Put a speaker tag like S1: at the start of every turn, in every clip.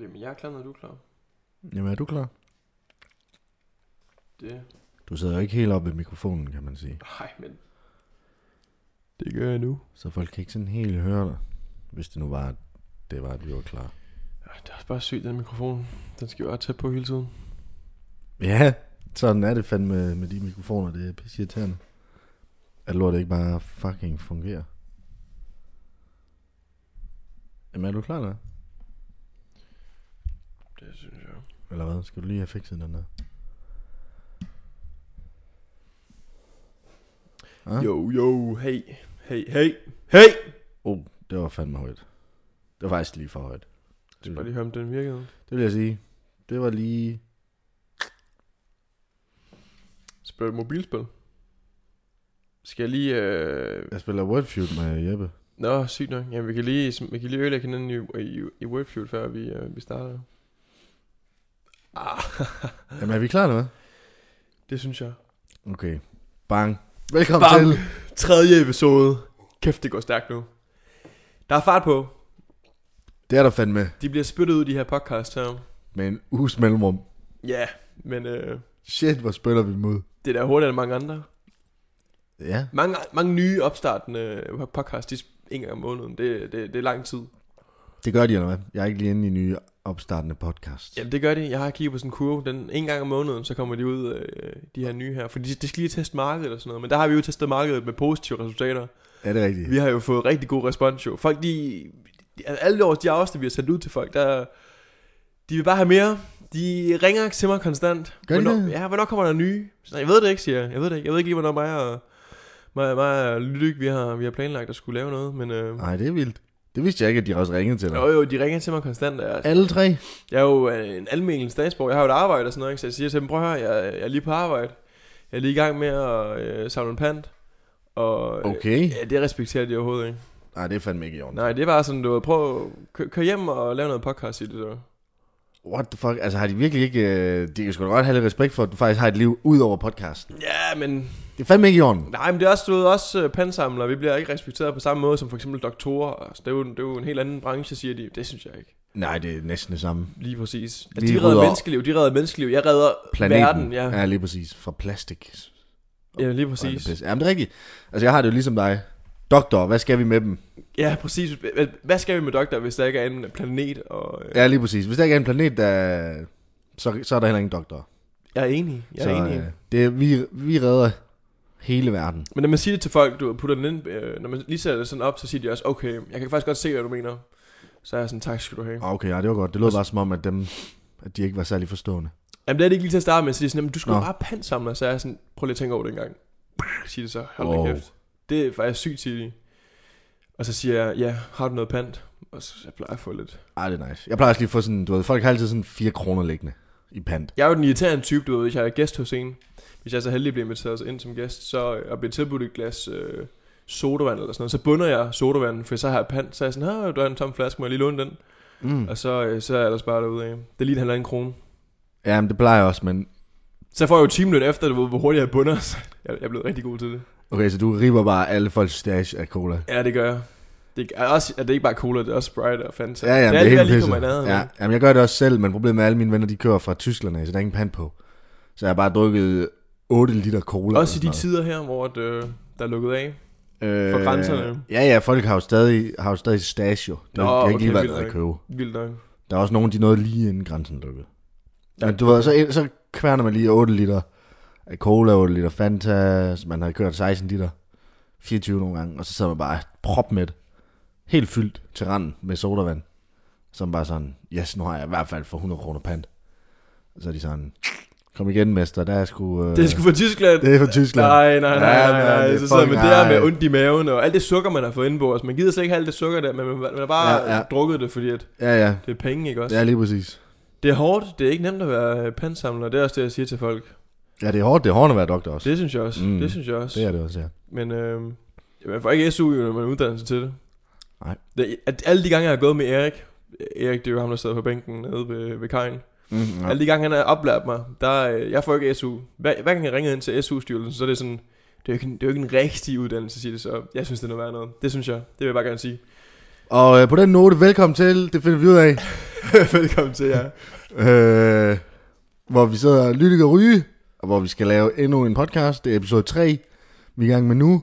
S1: Jamen, jeg er klar, når du er klar.
S2: Jamen, er du klar?
S1: Det...
S2: Du sidder jo ikke helt oppe ved mikrofonen, kan man sige.
S1: Nej, men... Det gør jeg nu.
S2: Så folk kan ikke sådan helt høre dig, hvis det nu var, at det var, at vi var klar.
S1: Ja, det er også bare sygt, den mikrofon. Den skal jo være tæt på hele tiden.
S2: Ja, sådan er det fandme med, med de mikrofoner. Det er pisseirriterende. At lort ikke bare fucking fungerer. Jamen, er du klar der?
S1: Det synes jeg.
S2: Eller hvad? Skal du lige have fikset den der? Ja.
S1: Jo, jo, hey. Hey, hey, hey!
S2: Oh, det var fandme højt. Det var faktisk lige for højt.
S1: Jeg skal bare lige høre, om den virkede.
S2: Det vil jeg sige. Det var lige...
S1: Spiller du mobilspil? Skal jeg lige... Øh...
S2: Jeg spiller Wordfeud med Jeppe.
S1: Nå, sygt nok. Jamen, vi kan lige, vi kan lige ødelægge hinanden i, i, i Wordfeud, før vi, øh, vi starter. Ah,
S2: Jamen, er vi klar eller hvad?
S1: det synes jeg.
S2: Okay. Bang. Velkommen
S1: Bang.
S2: til.
S1: Tredje episode. Kæft, det går stærkt nu. Der er fart på.
S2: Det er der fandme
S1: De bliver spyttet ud, de her podcasts her.
S2: med en uges mellemrum.
S1: Ja, men øh,
S2: Shit, hvor spiller vi mod.
S1: det er da hurtigere end mange andre.
S2: Ja.
S1: Mange, mange nye opstartende øh, podcasts, de sp- en gang om måneden, det, det, det er lang tid.
S2: Det gør de, eller hvad? Jeg er ikke lige inde i nye opstartende podcast.
S1: Jamen det gør de. Jeg har kigget på sådan en kurve. Den, en gang om måneden, så kommer de ud, øh, de her nye her. For de, de skal lige teste markedet og sådan noget. Men der har vi jo testet markedet med positive resultater.
S2: Er det rigtigt?
S1: Vi har jo fået rigtig god respons jo. Folk de, de alle års de afsnit vi har sendt ud til folk, der de vil bare have mere. De ringer til mig konstant.
S2: Gør de
S1: hvornår,
S2: det?
S1: Ja, hvornår kommer der nye? Så, jeg ved det ikke, siger jeg. Jeg ved det ikke. Jeg ved ikke lige, hvornår mig og, mig, mig og Lyk, vi har, vi har planlagt at skulle lave noget. Men øh,
S2: Nej, det er vildt. Det vidste jeg ikke, at de også ringede til dig.
S1: jo, jo, de ringer til mig konstant. og Jeg,
S2: Alle tre?
S1: jeg er jo øh, en almindelig statsborger. Jeg har jo et arbejde og sådan noget. Ikke? Så jeg siger til dem, prøv at høre, jeg, jeg er lige på arbejde. Jeg er lige i gang med at øh, samle en pant. Og øh,
S2: Okay.
S1: ja, det respekterer de overhovedet ikke.
S2: Nej, det er fandme ikke i orden.
S1: Nej, det er bare sådan, du ved, prøv at kø- kør hjem og lave noget podcast i det der.
S2: What the fuck? Altså, har de virkelig ikke... øh, De kan sgu da godt have lidt respekt for, at du faktisk har et liv ud over podcasten.
S1: Ja, men...
S2: Det er fandme ikke i orden.
S1: Nej, men det er også, du ved, også øh, pansamlere. Vi bliver ikke respekteret på samme måde som for eksempel doktorer. Altså, det, er jo, det er jo en helt anden branche, siger de. Det synes jeg ikke.
S2: Nej, det er næsten det samme.
S1: Lige præcis. Altså,
S2: Lige
S1: de redder
S2: rydder-
S1: menneskeliv, de redder menneskeliv. Jeg redder
S2: Planeten.
S1: verden, ja. ja.
S2: ja lige præcis. Fra plastik.
S1: Ja, lige
S2: Og alt det
S1: præcis.
S2: pis. Jamen, det er rigtigt. Altså, jeg har det jo ligesom dig. Doktor, hvad skal vi med dem?
S1: Ja, præcis. Hva- Hvad skal vi med doktor, hvis der ikke er en planet? Og, øh,
S2: Ja, lige præcis. Hvis der ikke er en planet, der... Så, så er der heller ingen doktor.
S1: jeg er enig. Jeg er
S2: så,
S1: så, enig.
S2: øh, det, er- vi, vi redder hele verden.
S1: Men når man siger det til folk, du putter den ind, øh, når man lige sætter det sådan op, så siger de også, okay, jeg kan faktisk godt se, hvad du mener. Så er jeg sådan, tak skal du have.
S2: Ah, Okay, ja, det var godt. Det lød bare som om, at, dem, at de ikke var særlig forstående.
S1: Jamen det er det ikke lige til at starte med, så de er sådan, "Jamen, du skulle
S2: Nå.
S1: jo bare pansamle, så er jeg sådan, prøv lige at tænke over det engang. Siger det så, hold wow.
S2: Wow.
S1: kæft. Det er faktisk sygt, siger de. Og så siger jeg, ja, har du noget pant? Og så jeg plejer at få lidt.
S2: Ej, det er nice. Jeg plejer også lige at få sådan, du ved, folk har altid sådan 4 kroner liggende i pant.
S1: Jeg er jo den irriterende type, du ved, hvis jeg er gæst hos en. Hvis jeg så heldig bliver inviteret ind som gæst, så øh, og bliver tilbudt et glas øh, sodavand eller sådan noget, så bunder jeg sodavanden, for så har jeg pant. Så er jeg sådan, her, du har en tom flaske, må jeg lige låne den?
S2: Mm.
S1: Og så, øh, så er jeg ellers bare derude af. Det er lige en halvanden krone.
S2: Ja, men det plejer jeg også, men...
S1: Så får jeg jo timeløn efter, du ved, hvor hurtigt jeg bunder. Så jeg, jeg er blevet rigtig god til det.
S2: Okay, så du river bare alle folks stash af cola.
S1: Ja, det gør jeg. Det er, også, at det er ikke bare cola, det er også Sprite og Fanta.
S2: Ja, ja,
S1: det
S2: det
S1: er,
S2: er
S1: alt, hvad
S2: helt
S1: lige kommer i
S2: pisset.
S1: nærheden af.
S2: Ja, jamen, jeg gør det også selv, men problemet er, at alle mine venner, de kører fra Tyskland af, så der er ingen pant på. Så jeg har bare drukket 8 liter cola.
S1: Også i de
S2: eller
S1: tider her, hvor at, øh, der er lukket af.
S2: sådan noget. Øh,
S1: for grænserne.
S2: Ja, ja, folk har jo stadig, har jo stadig stash, jo. Det
S1: Nå,
S2: det har ikke
S1: okay,
S2: lige været
S1: vildt
S2: noget at
S1: nok.
S2: købe.
S1: Vildt nok.
S2: Der er også nogen, de nåede lige inden grænsen lukkede.
S1: Ja.
S2: Ja. Men du ved, så, så kværner man lige 8 liter af cola, 8 liter Fanta, så man havde kørt 16 liter, 24 nogle gange, og så sidder man bare prop med helt fyldt til randen med sodavand. Som bare sådan, yes, nu har jeg i hvert fald for 100 kroner pant. Og så er de sådan, kom igen, mester, der er sgu... Øh,
S1: Det er sgu fra Tyskland.
S2: det er fra Tyskland.
S1: Nej, nej, nej,
S2: Ja,
S1: nej,
S2: men
S1: nej.
S2: det er
S1: Så sidder man
S2: fucking
S1: der med
S2: nej.
S1: ondt i maven, og alt det sukker, man har fået indbords. Man gider slet ikke have alt det sukker der, men man, man har bare ja,
S2: Ja,
S1: ja.
S2: ja.
S1: drukket det, fordi at
S2: Ja, ja,
S1: det er penge, ikke også?
S2: ja, lige præcis.
S1: Det er hårdt, det er ikke nemt at være øh, pantsamler, det er også det, jeg siger til folk.
S2: Ja, det er hårdt, det er hårdt at være doktor også. Det,
S1: Det synes jeg også, mm.
S2: Mm.
S1: det synes jeg også.
S2: det er det også, ja.
S1: Men øh, man får ikke SU, jo, når man uddanner sig til det.
S2: Nej.
S1: Det, at alle de gange, jeg har gået med Erik, Erik, det er jo ham, der sidder på bænken nede ved, ved kajen.
S2: Mm,
S1: Ja.
S2: ja.
S1: Alle de gange, han har oplært mig, der, øh, jeg får ikke SU. Hver, hver gang jeg ringer ind til SU-styrelsen, så er det sådan, det er jo ikke, en- det er jo ikke en rigtig uddannelse, siger det så. Jeg synes, det er noget værd noget. Det synes jeg. Det vil jeg bare gerne sige.
S2: Og øh, på den note, velkommen til, det finder vi ud af.
S1: Velkommen til jer.
S2: Øh, hvor vi sidder og lytter og ryge, og hvor vi skal lave endnu en podcast. Det er episode 3, vi er i gang med nu.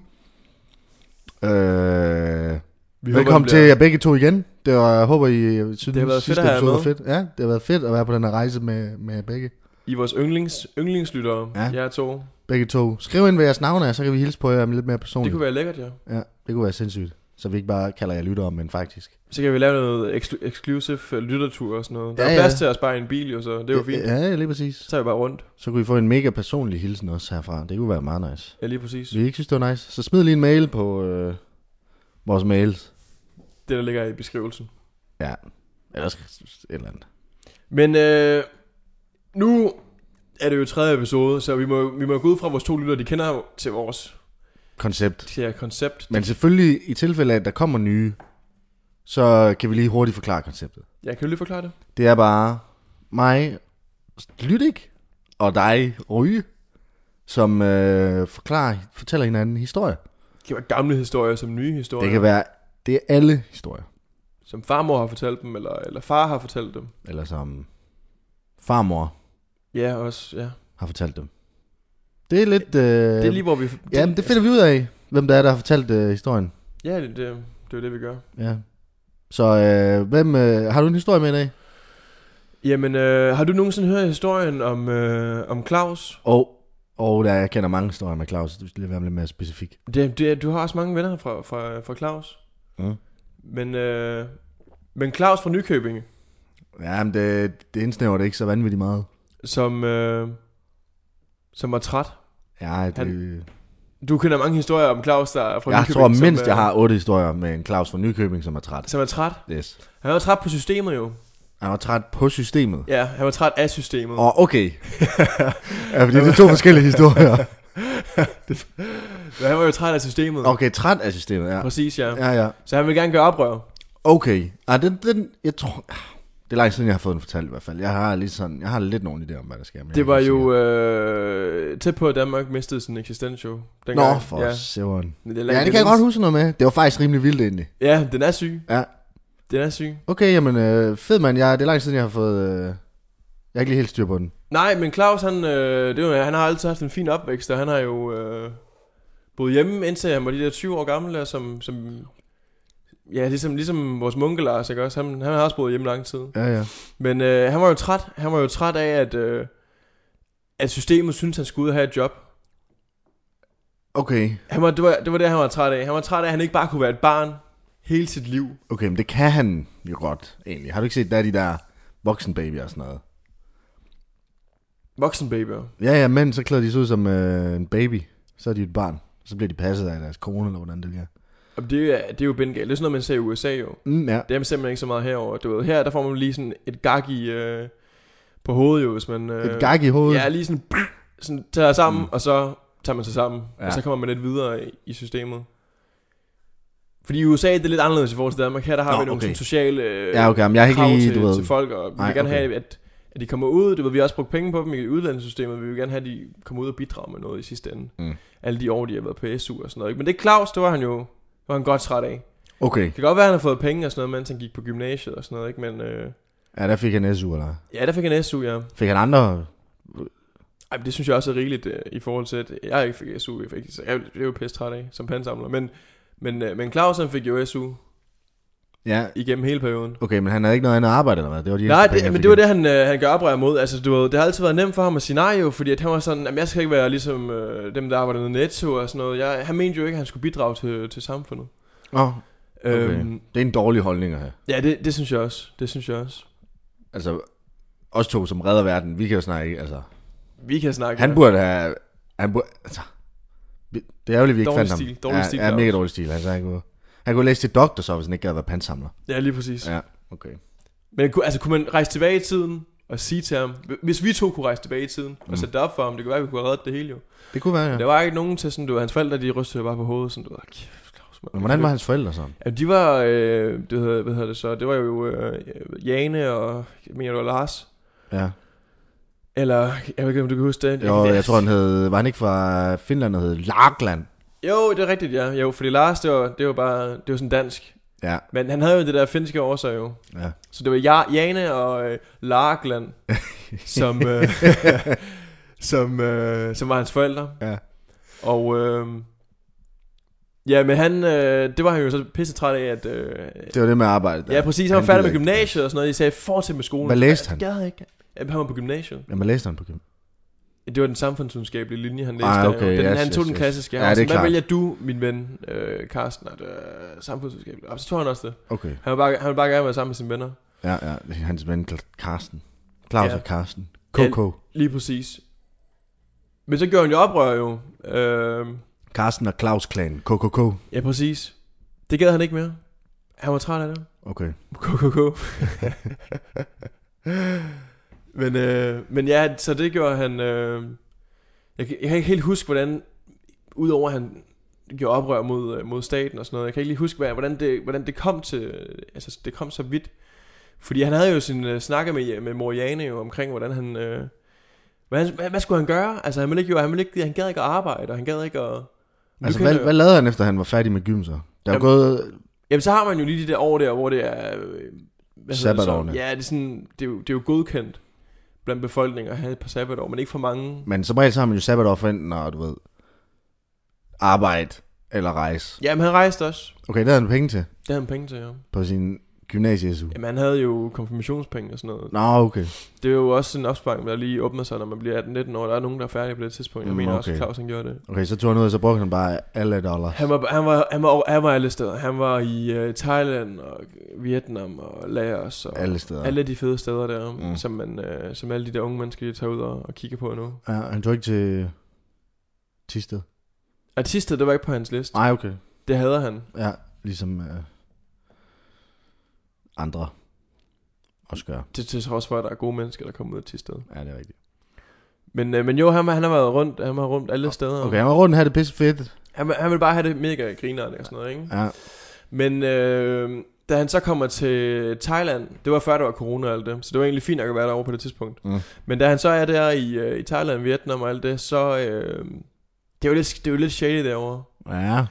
S2: Øh,
S1: Vi
S2: Velkommen
S1: håber, det
S2: til
S1: bliver-
S2: jer begge to igen. Det var, jeg håber, I øh, synes,
S1: Det har været fedt
S2: sidste
S1: at have
S2: episode
S1: jer
S2: var fedt. Ja, det har været fedt at være på den her rejse med, med jer begge.
S1: I er vores yndlings, yndlingslyttere,
S2: Ja.
S1: ja. jer to.
S2: begge to. Skriv ind, hvad jeres navn er, så kan vi hilse på jer lidt mere
S1: Det
S2: personligt.
S1: kunne være lækkert, ja.
S2: være... Ja, det kunne være sindssygt. Så vi ikke bare kalder jer lytter om, men faktisk.
S1: Så kan vi lave noget eksklu- exclusive øh, lyttertur og sådan noget. Der
S2: Ja,
S1: er
S2: ja.
S1: plads til at spare i en bil jo, så det er jo fint.
S2: Ja, lige præcis.
S1: Så tager vi bare rundt.
S2: Så kunne I få en mega personlig hilsen også herfra. Det kunne være meget nice.
S1: Ja, lige præcis.
S2: Hvis I ikke synes, det var nice, så smid lige en mail på øh, vores mails.
S1: Det, der ligger i beskrivelsen.
S2: Eller sk- et eller andet.
S1: Men øh, nu er det jo tredje episode, så vi må, vi må gå ud fra at vores to lyttere. De kender jo til vores
S2: Koncept.
S1: til her koncept.
S2: Men selvfølgelig, i tilfælde af, at der kommer nye, så kan vi lige hurtigt forklare konceptet.
S1: Jeg kan jo lige forklare det.
S2: Det er bare mig, Lydik, og dig, Ryge, som øh, forklarer, fortæller hinanden historier.
S1: Det kan være gamle historier som nye historier.
S2: Det kan være, det er alle historier.
S1: Som farmor har fortalt dem, eller, eller far har fortalt dem.
S2: Eller som farmor
S1: Ja, også, ja.
S2: har fortalt dem. Det er lidt... Øh, det
S1: Det er lige, hvor vi...
S2: Jamen, det finder vi ud af, hvem der er, der har fortalt øh, historien.
S1: Ja, det, det, det er jo det, vi gør.
S2: Ja. Så øh, hvem, øh, har du en historie med i dag?
S1: Jamen, øh, har du nogensinde hørt historien om, øh, om Claus?
S2: Og oh, oh, der, jeg kender mange historier med Claus, så du skal lige være lidt mere specifik.
S1: Det, det, du har også mange venner fra, fra, fra Claus.
S2: Mm.
S1: Men, øh, men Claus fra Nykøbinge,
S2: Ja, men det, det indsnæver det ikke så vanvittigt meget.
S1: som, øh, som var træt.
S2: Ja, det,
S1: Han- Du kender mange historier om Claus, der er fra
S2: jeg
S1: Nykøbing.
S2: tror mindst,
S1: som,
S2: jeg har otte historier med en Claus fra Nykøbing, som er træt.
S1: Som er træt.
S2: Yes.
S1: Han var træt på systemet jo.
S2: Han var træt på systemet.
S1: Ja, han var træt af systemet.
S2: Åh, oh, okay. ja, fordi det er to forskellige historier.
S1: Men han var jo træt af systemet.
S2: Okay, træt af systemet, ja.
S1: Præcis, ja.
S2: Ja, ja.
S1: Så han vil gerne gøre oprør.
S2: Okay. Ah, den, den, jeg tror... ah, Det er langt siden, jeg har fået den fortalt i hvert fald. Jeg har lige sådan, jeg har lidt nogen idé om, hvad der sker. men jeg er
S1: Det
S2: ikke
S1: var
S2: sikker.
S1: jo øh, tæt på, at Danmark mistede sin eksistens jo.
S2: Nå, for øh, ja.
S1: ja.
S2: søvn.
S1: Men
S2: Ja, det kan jeg godt huske noget med. Det var faktisk rimelig vildt egentlig.
S1: Ja, den er syg.
S2: Ja.
S1: Den er syg.
S2: Okay, jamen øh, fed mand. Jeg, det er langt siden, jeg har fået... Øh, jeg har ikke lige helt styr på den.
S1: Nej, men Claus, han, øh, det var, han har altid haft en fin opvækst, og han har jo øh, boet hjemme, indtil han var de der 20 år gamle, og som, som ja, ligesom, ligesom vores munke Lars, ikke også? Han, han har også boet hjemme lang tid.
S2: Ja, ja.
S1: Men øh, han var jo træt. Han var jo træt af, at, øh, at systemet syntes, han skulle ud og have et job.
S2: Okay.
S1: Han var, det, var, det var det, han var træt af. Han var træt af, at han ikke bare kunne være et barn hele sit liv.
S2: Okay, men det kan han jo godt, egentlig. Har du ikke set, der er de der voksenbabyer og sådan noget?
S1: Voksenbabyer.
S2: Ja, ja, men så klæder de sig ud som øh, en baby. Så er de et barn. Så bliver de passet af deres kone, eller hvordan det bliver.
S1: Og det, er, det er jo bindegalt. Det er sådan noget, man ser i USA jo.
S2: Mm, ja.
S1: Det er simpelthen ikke så meget herover. Du ved, her der får man lige sådan et gag i øh, på hovedet jo, hvis man... Øh,
S2: Et gag i hovedet.
S1: Ja, lige sådan, sådan tager sammen,
S2: Mm.
S1: mm. og så tager man sig sammen. Ja.
S2: Ja.
S1: Og så kommer man lidt videre i, i systemet. Fordi i USA det er lidt anderledes i forhold til Danmark. Her der har
S2: Nå,
S1: vi nogle
S2: okay.
S1: okay. sociale øh,
S2: Ja, okay, men jeg har ikke
S1: krav
S2: lige,
S1: til,
S2: du ved-
S1: til folk, og vi
S2: Nej,
S1: vil gerne
S2: okay.
S1: have, at, at de kommer ud. Du ved, vi har også brugt penge på dem i uddannelsessystemet. Vi vil gerne have, at de kommer ud og bidrager med noget i sidste ende.
S2: Mm.
S1: Alle de år, de har været på SU og sådan noget. ikke? Men det Claus, det var han jo det var han godt træt af.
S2: Okay.
S1: Det kan godt være, at han har fået penge og sådan noget, mens han gik på gymnasiet og sådan noget, ikke? Men øh,
S2: Ja, der fik han SU, eller?
S1: ja, der fik han SU, ja.
S2: Fik han andre?
S1: Ej, men det synes jeg også er rigeligt øh, i forhold til, at jeg ikke fik SU, jeg fik, så jeg blev jo pisse træt af som pansamler. Men, men, øh, men Claus, han fik jo SU
S2: Ja.
S1: igennem hele perioden.
S2: Okay, men han havde ikke noget andet arbejde, eller hvad? Det var de
S1: Nej,
S2: eneste penge,
S1: det,
S2: han
S1: men
S2: fik
S1: det var
S2: ind.
S1: det, han, øh, han gør oprør mod. Altså, du ved, det har altid været nemt for ham at sige nej jo, fordi at han var sådan, jamen, jeg skal ikke være ligesom øh, dem, der arbejder med Netto og sådan noget. Jeg, han mente jo ikke, at han skulle bidrage til, til samfundet.
S2: Nå,
S1: Okay.
S2: Okay.
S1: Øhm,
S2: det er en dårlig holdning at have.
S1: ja, det, det synes jeg også. Det synes jeg også.
S2: Altså, os to, som redder verden, vi kan jo snakke, ikke, altså.
S1: Vi kan snakke.
S2: Han
S1: her.
S2: burde have... Han burde, altså, vi- det er ærgerligt, vi ikke
S1: Dårlig
S2: fandt ham.
S1: stil, dårlig
S2: ja,
S1: stil,
S2: Ja,
S1: Claus.
S2: mega dårlig stil. Altså, han kunne, han kunne læse til doktor, så hvis han ikke gad være pantsamler.
S1: Ja, lige præcis.
S2: Ja, okay.
S1: Men kunne- altså, kunne man rejse tilbage i tiden og sige til ham, hvis vi to kunne rejse tilbage i tiden og
S2: Mm.
S1: sætte det op for ham, det kunne være, at vi kunne have reddet det hele jo.
S2: Det kunne være, ja.
S1: Ja. Der var ikke nogen til sådan, du, ved, hans forældre, de rystede bare på hovedet, sådan, du ved, kæft, Claus, mand.
S2: Men hvordan var hans forældre så?
S1: Ja, de var, øh, det hedder, hvad hedder det så, det var jo øh, Jane og, jeg mener du, Lars?
S2: Ja.
S1: Eller, jeg ved ikke, om du kan huske det.
S2: Jo, jeg tror, han hed... Var han ikke fra Finland, der hed Larkland?
S1: Jo, det er rigtigt, ja. Jo, fordi Lars, det var, det var bare, det var sådan dansk.
S2: Ja,
S1: Men han havde jo det der finske årsag jo.
S2: ja.
S1: Så det var ja, Jane og øh, Larkland, som, øh, som, øh, som var hans forældre.
S2: Ja.
S1: Og øh, ja, men han, øh, det var han jo så pisse træt af, at... Øh,
S2: Det var det med arbejdet. der.
S1: ja, præcis, han var
S2: Han
S1: færdig med
S2: gider ikke.
S1: gymnasiet og sådan noget. De sagde, fortsæt med skolen.
S2: Hvad læste han?
S1: Jeg gad ikke. Jamen, han var på gymnasiet.
S2: Jamen, læste han på gym?
S1: Det var den samfundsvidenskabelige linje, han læste.
S2: Ah,
S1: der jo.
S2: okay,
S1: den,
S2: yes,
S1: han tog
S2: yes,
S1: den
S2: yes.
S1: klassiske.
S2: Ja,
S1: Ja,
S2: det er
S1: Hvad
S2: klart.
S1: vælger du, min ven, øh, Carsten, at øh, samfundsvidenskabeligt? Og så tog han også det.
S2: Okay.
S1: Han vil bare, han vil bare gerne være sammen med sine venner.
S2: Ja, ja. Det er Hans ven, Cla- Carsten. Claus
S1: Ja.
S2: og Carsten.
S1: Ja.
S2: KK.
S1: Lige præcis. Men så gjorde han jo oprør jo. Øh,
S2: Carsten og Claus Klan. KKK.
S1: ja, præcis. Det gad han ikke mere. Han var træt af det.
S2: Okay.
S1: KKK. men, øh, men ja, så det gjorde han... Øh, jeg, kan- jeg kan ikke helt huske, hvordan... Udover at han gjorde oprør mod, øh, mod staten og sådan noget. Jeg kan ikke lige huske, hvad, hvordan, det, hvordan det kom til... øh, Altså, det kom så vidt. Fordi han havde jo sin øh, snakker med, med Moriane jo omkring, hvordan han... Øh, hvad, hvad, hvad, skulle han gøre? Altså, han ville ikke, jo, han, ville ikke, han gad ikke at arbejde, og han gad ikke at...
S2: Altså,
S1: Nu kan
S2: hvad,
S1: jeg-
S2: hvad lavede han, efter han var færdig med gym, så? Der er
S1: Jamen,
S2: jo gået...
S1: Jamen så har man jo lige de der år der, hvor det er... øh, hvad hedder det så?
S2: Sabbatårene.
S1: Ja, det er, sådan, det, er jo, det er jo godkendt blandt befolkningen at have et par sabbatår, men ikke for mange.
S2: Men som regel, så har man jo sabbatår for enten, og du ved... Arbejde eller rejse.
S1: Ja, men han rejste også.
S2: Okay, det havde han penge til
S1: Det havde han penge til, ja.
S2: på sin gymnasie-SU.
S1: Jamen han havde jo konfirmationspenge og sådan noget.
S2: Nå, okay.
S1: Det er jo også en opsparing, der lige åbner sig, når man bliver 18-19 år. Der er nogen, der er færdige på det tidspunkt. Jeg
S2: Mm,
S1: mener også, at
S2: okay.
S1: Claus han gjorde det.
S2: Okay, så tog han ud, og så brugte han bare alle dollars.
S1: Han var, han var, han var, over- han var alle steder. Han var i uh, Thailand og Vietnam og Laos og
S2: Alle steder.
S1: alle de fede steder der, mm.
S2: Mm.
S1: som, man, uh, som alle de der unge mennesker, de tager ud og, og kigger på nu.
S2: Ja, han tog ikke til Tisted.
S1: Artister, det var ikke på hans liste.
S2: Nej, okay.
S1: Det hader han.
S2: Ja, ligesom øh, andre også gør.
S1: Det til trods for, at der er gode mennesker, der kommer ud til stedet.
S2: Ja, det er rigtigt.
S1: Men, øh, men jo, han, han har været rundt, han har rundt alle steder.
S2: Okay, han var rundt her, det er pisse fedt.
S1: Han, vil- han vil bare have det mega grinerende og sådan noget, ikke?
S2: Ja,
S1: Men øh, da han så kommer til Thailand, det var før, der var corona og alt det, så det var egentlig fint nok at være derovre på det tidspunkt.
S2: Mm.
S1: Men da han så er der i, øh, i Thailand, Vietnam og alt det, så... Øh, det er jo lidt, det er jo lidt shady derovre.
S2: ja.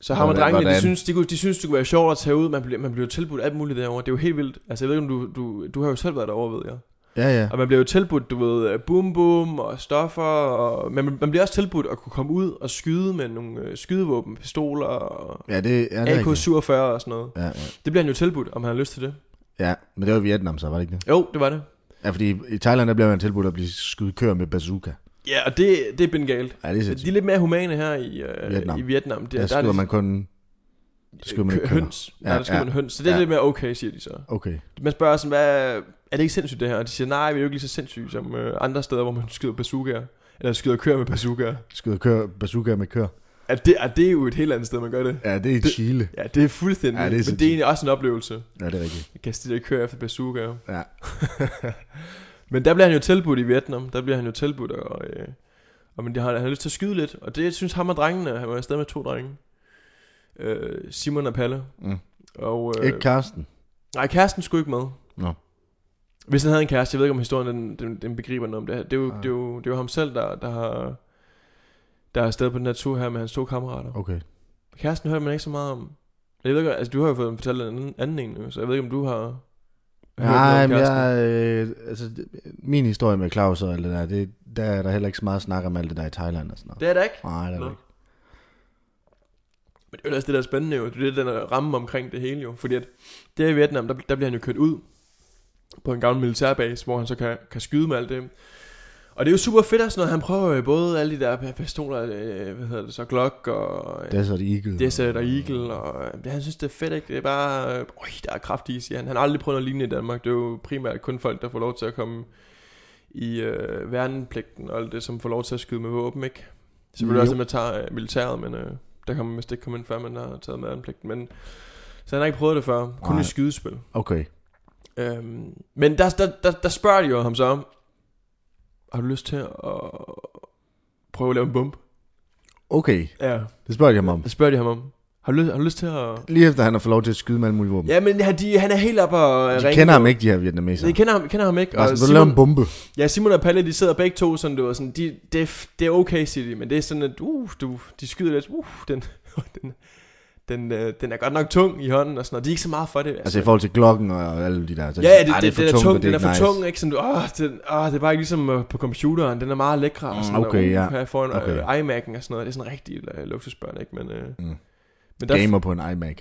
S1: Så ham og
S2: Hvordan-
S1: drengene, de
S2: hvordan?
S1: synes, de, kunne, de synes, det kunne være sjovt at tage ud. Man bliver, man bliver jo tilbudt alt muligt derovre. Det er jo helt vildt. Altså, jeg ved ikke, om du, du, du har jo selv været derovre, ved jeg.
S2: Ja, ja.
S1: Og man bliver jo tilbudt, du ved, øh, boom boom og stoffer, og, men man- man bliver også tilbudt at kunne komme ud og skyde med nogle øh, skydevåben, pistoler og
S2: Ja, det, ja, det er rigtigt.
S1: AK-47 og sådan noget.
S2: Ja, ja.
S1: Det bliver han jo tilbudt, om han har lyst til det.
S2: ja, men det var i Vietnam så, var det ikke det?
S1: Jo, det var det.
S2: Ja, fordi i Thailand, der bliver man tilbudt at blive skudt kør med bazooka.
S1: Ja, og det, det er bengalt.
S2: Ja, det er
S1: De
S2: sindssygt.
S1: er lidt mere humane her i, øh, Vietnam.
S2: Vietnam.
S1: i Vietnam. Det,
S2: Der
S1: er
S2: skyder
S1: det-
S2: man kun... Der skyder man
S1: kø-
S2: ikke kønner.
S1: høns.
S2: Ja,
S1: Ja, Nej, der skyder
S2: ja.
S1: man høns. Så det er
S2: Ja.
S1: lidt mere okay, siger de så.
S2: Okay.
S1: Man spørger sådan, hvad, er det ikke sindssygt det her? Og de siger, nej, vi er jo ikke lige så sindssygt som øh, andre steder, hvor man skyder bazookaer. Eller skyder køer med bazookaer.
S2: Skyder kør, bazooka med kør.
S1: Er det, er det jo et helt andet sted, man gør det?
S2: Ja, det er i
S1: Det-
S2: Chile.
S1: Ja, det er fuldstændig.
S2: Ja,
S1: Ja,
S2: det er
S1: det er men det
S2: sindssygt.
S1: er egentlig også en oplevelse.
S2: Ja, det er rigtigt.
S1: At kaste de der køer efter bazooka.
S2: Ja.
S1: men der bliver han jo tilbudt i Vietnam. Der bliver han jo tilbudt, og, øh, og men de har, han har lyst til at skyde lidt. Og det synes ham og drengene. Han var afsted med to drenge. Øh, Simon og Palle.
S2: Mm.
S1: Og, øh,
S2: Ikke Karsten.
S1: nej, kæresten skulle ikke med.
S2: Nå.
S1: Hvis han havde en kæreste, jeg ved ikke om historien den, den, den begriber noget om det her. Det er jo,
S2: Nej.
S1: det er jo, det er jo ham selv, der, der har der er afsted på den her tur her med hans to kammerater.
S2: Okay.
S1: Kæresten hørte man ikke så meget om. Jeg ved ikke, altså du har jo fået fortalt en anden, anden en nu, så jeg ved ikke, om du har... hørt noget om
S2: Nej, men
S1: kæresten.
S2: jeg, øh, altså, det- min historie med Claus og alt det der, det, der er der heller ikke så meget snak om alt det der i Thailand og sådan noget.
S1: Det er det ikke.
S2: Nej, det er
S1: Nå.
S2: der ikke.
S1: Men det er jo også det, der er spændende jo. Det er det, den der ramme omkring det hele jo. Fordi at der i Vietnam, der, der bliver han jo kørt ud på en gammel militærbase, hvor han så kan, kan skyde med alt det. Og det er jo super fedt og sådan noget. Han prøver jo både alle de der pistoler, øh, hvad hedder det så, Glock og... øh,
S2: Desert Eagle.
S1: Desert og Eagle, og øh, han synes, det er fedt, ikke? Det er bare, øh, øj, der er kraftige, siger han. Han har aldrig prøvet noget lignende i Danmark. Det er jo primært kun folk, der får lov til at komme i øh, værnepligten, og alt det, som får lov til at skyde med våben, ikke? Selvfølgelig
S2: Jo.
S1: også, at man tager øh, militæret, men øh, der kan man vist ikke komme ind, før man har taget med værnepligten. Men, så han har ikke prøvet det før, kun
S2: Nej.
S1: i skydespil.
S2: Okay.
S1: Øhm, men der, der, der, der spørger de jo ham så om, har du lyst til at prøve at lave en bump?
S2: Okay,
S1: Ja.
S2: det spørger jeg ham om.
S1: Der spørger de ham om, har du, lyst, har du lyst til at...
S2: Lige efter han har fået lov til at skyde med alle mulige våben.
S1: Ja, men han, de, han er helt op og øh,
S2: de kender ham ikke, de her vietnamesere.
S1: De kender ham, kender ham ikke.
S2: Carsten,
S1: Og
S2: vil du lave en
S1: Simon,
S2: bombe?
S1: ja, Simon og Palle, de sidder begge to sådan, du, ved, sådan, de, det, er f- det er okay, siger de, men det er sådan, at uh, du, de skyder lidt, uh, den, den, den, øh, den er godt nok tung i hånden og sådan noget. De er ikke så meget for det.
S2: Altså i forhold til klokken og alle de der. Så,
S1: Ja, ja, det,
S2: Ej,
S1: det,
S2: for
S1: den er
S2: tungt,
S1: tung,
S2: og det
S1: den er
S2: ikke
S1: for
S2: nice.
S1: tung, øh, ikke? Sådan, du, åh, den, åh, det er bare ikke ligesom øh, på computeren, den er meget lækre,
S2: Mm,
S1: og sådan,
S2: okay,
S1: og, uh,
S2: ja.
S1: her foran
S2: Okay.
S1: okay. iMac'en og sådan noget, det er sådan rigtig øh, luksusbørn, ikke? Men, øh,
S2: Mm.
S1: men
S2: Gamer på en iMac.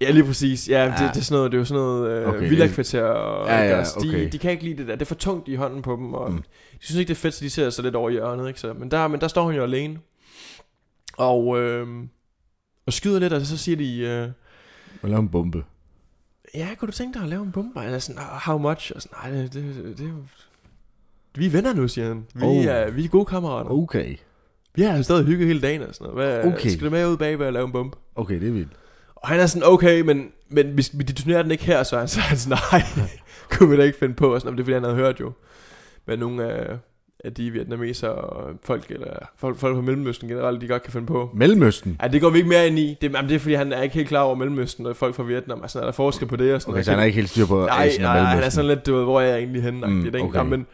S1: ja, lige præcis, ja, Det,
S2: Ja.
S1: det, er sådan noget, det er jo sådan noget øh,
S2: Okay,
S1: okay,
S2: det-
S1: villa-kvarter, og
S2: Ja, ja,
S1: deres-
S2: okay.
S1: de, de, kan ikke lide det der, det er for tungt i hånden på dem, og
S2: Mm.
S1: mm. de synes ikke, det er fedt, så de ser sig lidt over i hjørnet, ikke? Så, men, der, men der står hun jo alene, og, øh, og skyder lidt, og så siger de, øh,
S2: Og lave en bombe.
S1: ja, kunne du tænke dig at lave en bombe? Og jeg er sådan, "Ah, how much? Og sådan, nej, det, det, det, det er jo- vi er venner nu, siger han. Vi,
S2: Oh.
S1: oh. er, vi er gode kammerater. Oh.
S2: Okay.
S1: Vi har stadig hygget hele dagen og sådan noget. Hvad,
S2: Okay.
S1: okay. Skal du med ud bag og lave en bombe?
S2: Okay, det er vildt.
S1: Og han er sådan, okay, men, men hvis vi detonerer den ikke her, så er han, så er han sådan, nej, kunne vi da ikke finde på. Og sådan, "Om det er fordi, han havde hørt jo, hvad nogle af, af de vietnamesere og folk, eller folk, folk fra Mellemøsten generelt, de godt kan finde på.
S2: Mellemøsten.
S1: Ja, det går vi ikke mere ind i. Det, jamen, det er fordi, han er ikke helt klar over Mellemøsten og folk fra Vietnam. Altså, er der forskel på det? Og sådan
S2: Okay,
S1: noget.
S2: så Altså, han er ikke helt styr på
S1: Nej,
S2: Asien og
S1: nej, nej, han er
S2: Mellemøsten.
S1: sådan lidt, du ved, hvor er jeg egentlig henne,
S2: Mm,
S1: mm, det
S2: okay.
S1: okay. men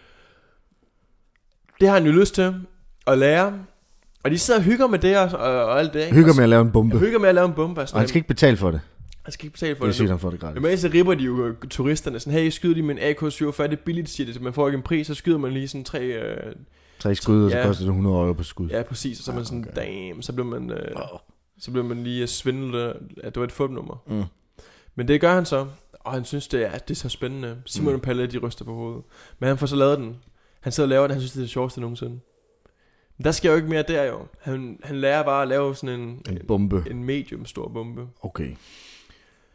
S1: det har han jo lyst til at lære, og de sidder og hygger med det og, og, og alt det, ikke?
S2: Hygger
S1: Og
S2: med at lave en bombe.
S1: så- hygger med at lave en bombe, og,
S2: Og han skal ikke betale for det.
S1: han skal ikke betale
S2: Det
S1: for
S2: er
S1: det,
S2: sygt,
S1: det
S2: han får det gratis.
S1: men ellers så ripper de jo øh, turisterne sådan, hey, skyder de med en AK-47, det er billigt, siger de, så man får ikke en pris, så skyder man lige sådan tre, øh,
S2: Tre skud, og så
S1: Ja.
S2: koster det 100 euro på skud.
S1: ja, præcis, og så er man
S2: Ah,
S1: sådan, damn, så bliver man, øh,
S2: Wow.
S1: så bliver man lige øh, svindlet, af, at det var et fupnummer.
S2: Mm.
S1: Men det gør han så, og han synes, det er, det er så spændende. Simon
S2: Mm.
S1: mm. Palle, de ryster på hovedet. Men han får så lavet den. Han sidder og laver den, han synes, det er det sjoveste nogensinde. Men der sker jo ikke mere der jo. Han, han lærer bare at lave sådan en,
S2: En
S1: en,
S2: bombe.
S1: en medium stor bombe.
S2: Okay.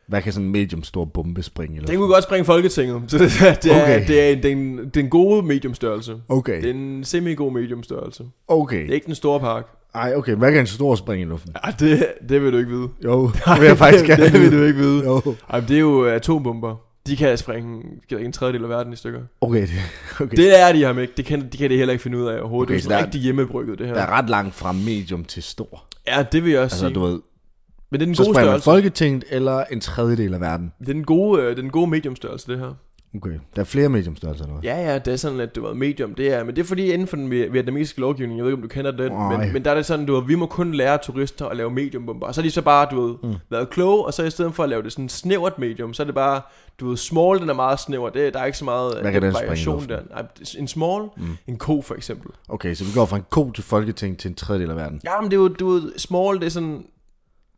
S2: Hvad kan sådan en medium stor bombe springe? Eller
S1: Den kunne godt springe Folketinget. Så det, det, er,
S2: Okay.
S1: okay. det, er, en- det, er en, det er en god medium størrelse.
S2: Okay,
S1: Det er en semi-god medium størrelse.
S2: okay.
S1: Det er ikke den store pakke.
S2: Ej, okay. Hvad kan en stor springe i luften?
S1: Ej, det, det vil du ikke vide.
S2: Jo, det vil jeg faktisk
S1: det,
S2: gerne.
S1: det vil
S2: vide.
S1: du ikke vide.
S2: Jo.
S1: Ej, men det er jo atombomber. De kan sprænge en tredjedel af verden i stykker.
S2: Okay, det, okay. Det,
S1: Det er de ham ikke. Det kan, de kan det heller ikke finde ud af overhovedet.
S2: Okay,
S1: Okay, det
S2: så
S1: er sådan
S2: der-
S1: rigtig hjemmebrygget, det her.
S2: der er ret langt fra medium til stor.
S1: Ja, det vil jeg også
S2: Altså,
S1: altså, sige.
S2: du ved,
S1: Men det er den
S2: så
S1: gode
S2: springer man
S1: størrelse.
S2: Folketinget eller en tredjedel af verden.
S1: Det er den gode, øh, det er den gode mediumstørrelse, det her.
S2: Okay, der er flere mediumstørrelser eller hvad?
S1: Ja, ja, det er sådan, at du ved, medium, det er... Men det er fordi inden for den vi- vietnamesiske lovgivning, jeg ved ikke, om du kender den,
S2: Nej.
S1: men, men, der er det sådan, du ved, vi må kun lære turister at lave mediumbomber. Og så er de så bare, du ved,
S2: Mm.
S1: mm. været kloge, og så i stedet for at lave det sådan snævert medium, så er det bare, du ved, small, den er meget snæver. Det, der er ikke så meget øh,
S2: Hvad kan den springe i
S1: variation
S2: luften?
S1: der. Nej, en small,
S2: Mm.
S1: mm. en ko for eksempel.
S2: Okay, så vi går fra en ko til Folketinget til en tredjedel af verden.
S1: Ja, men det er jo, du ved, small, det er sådan...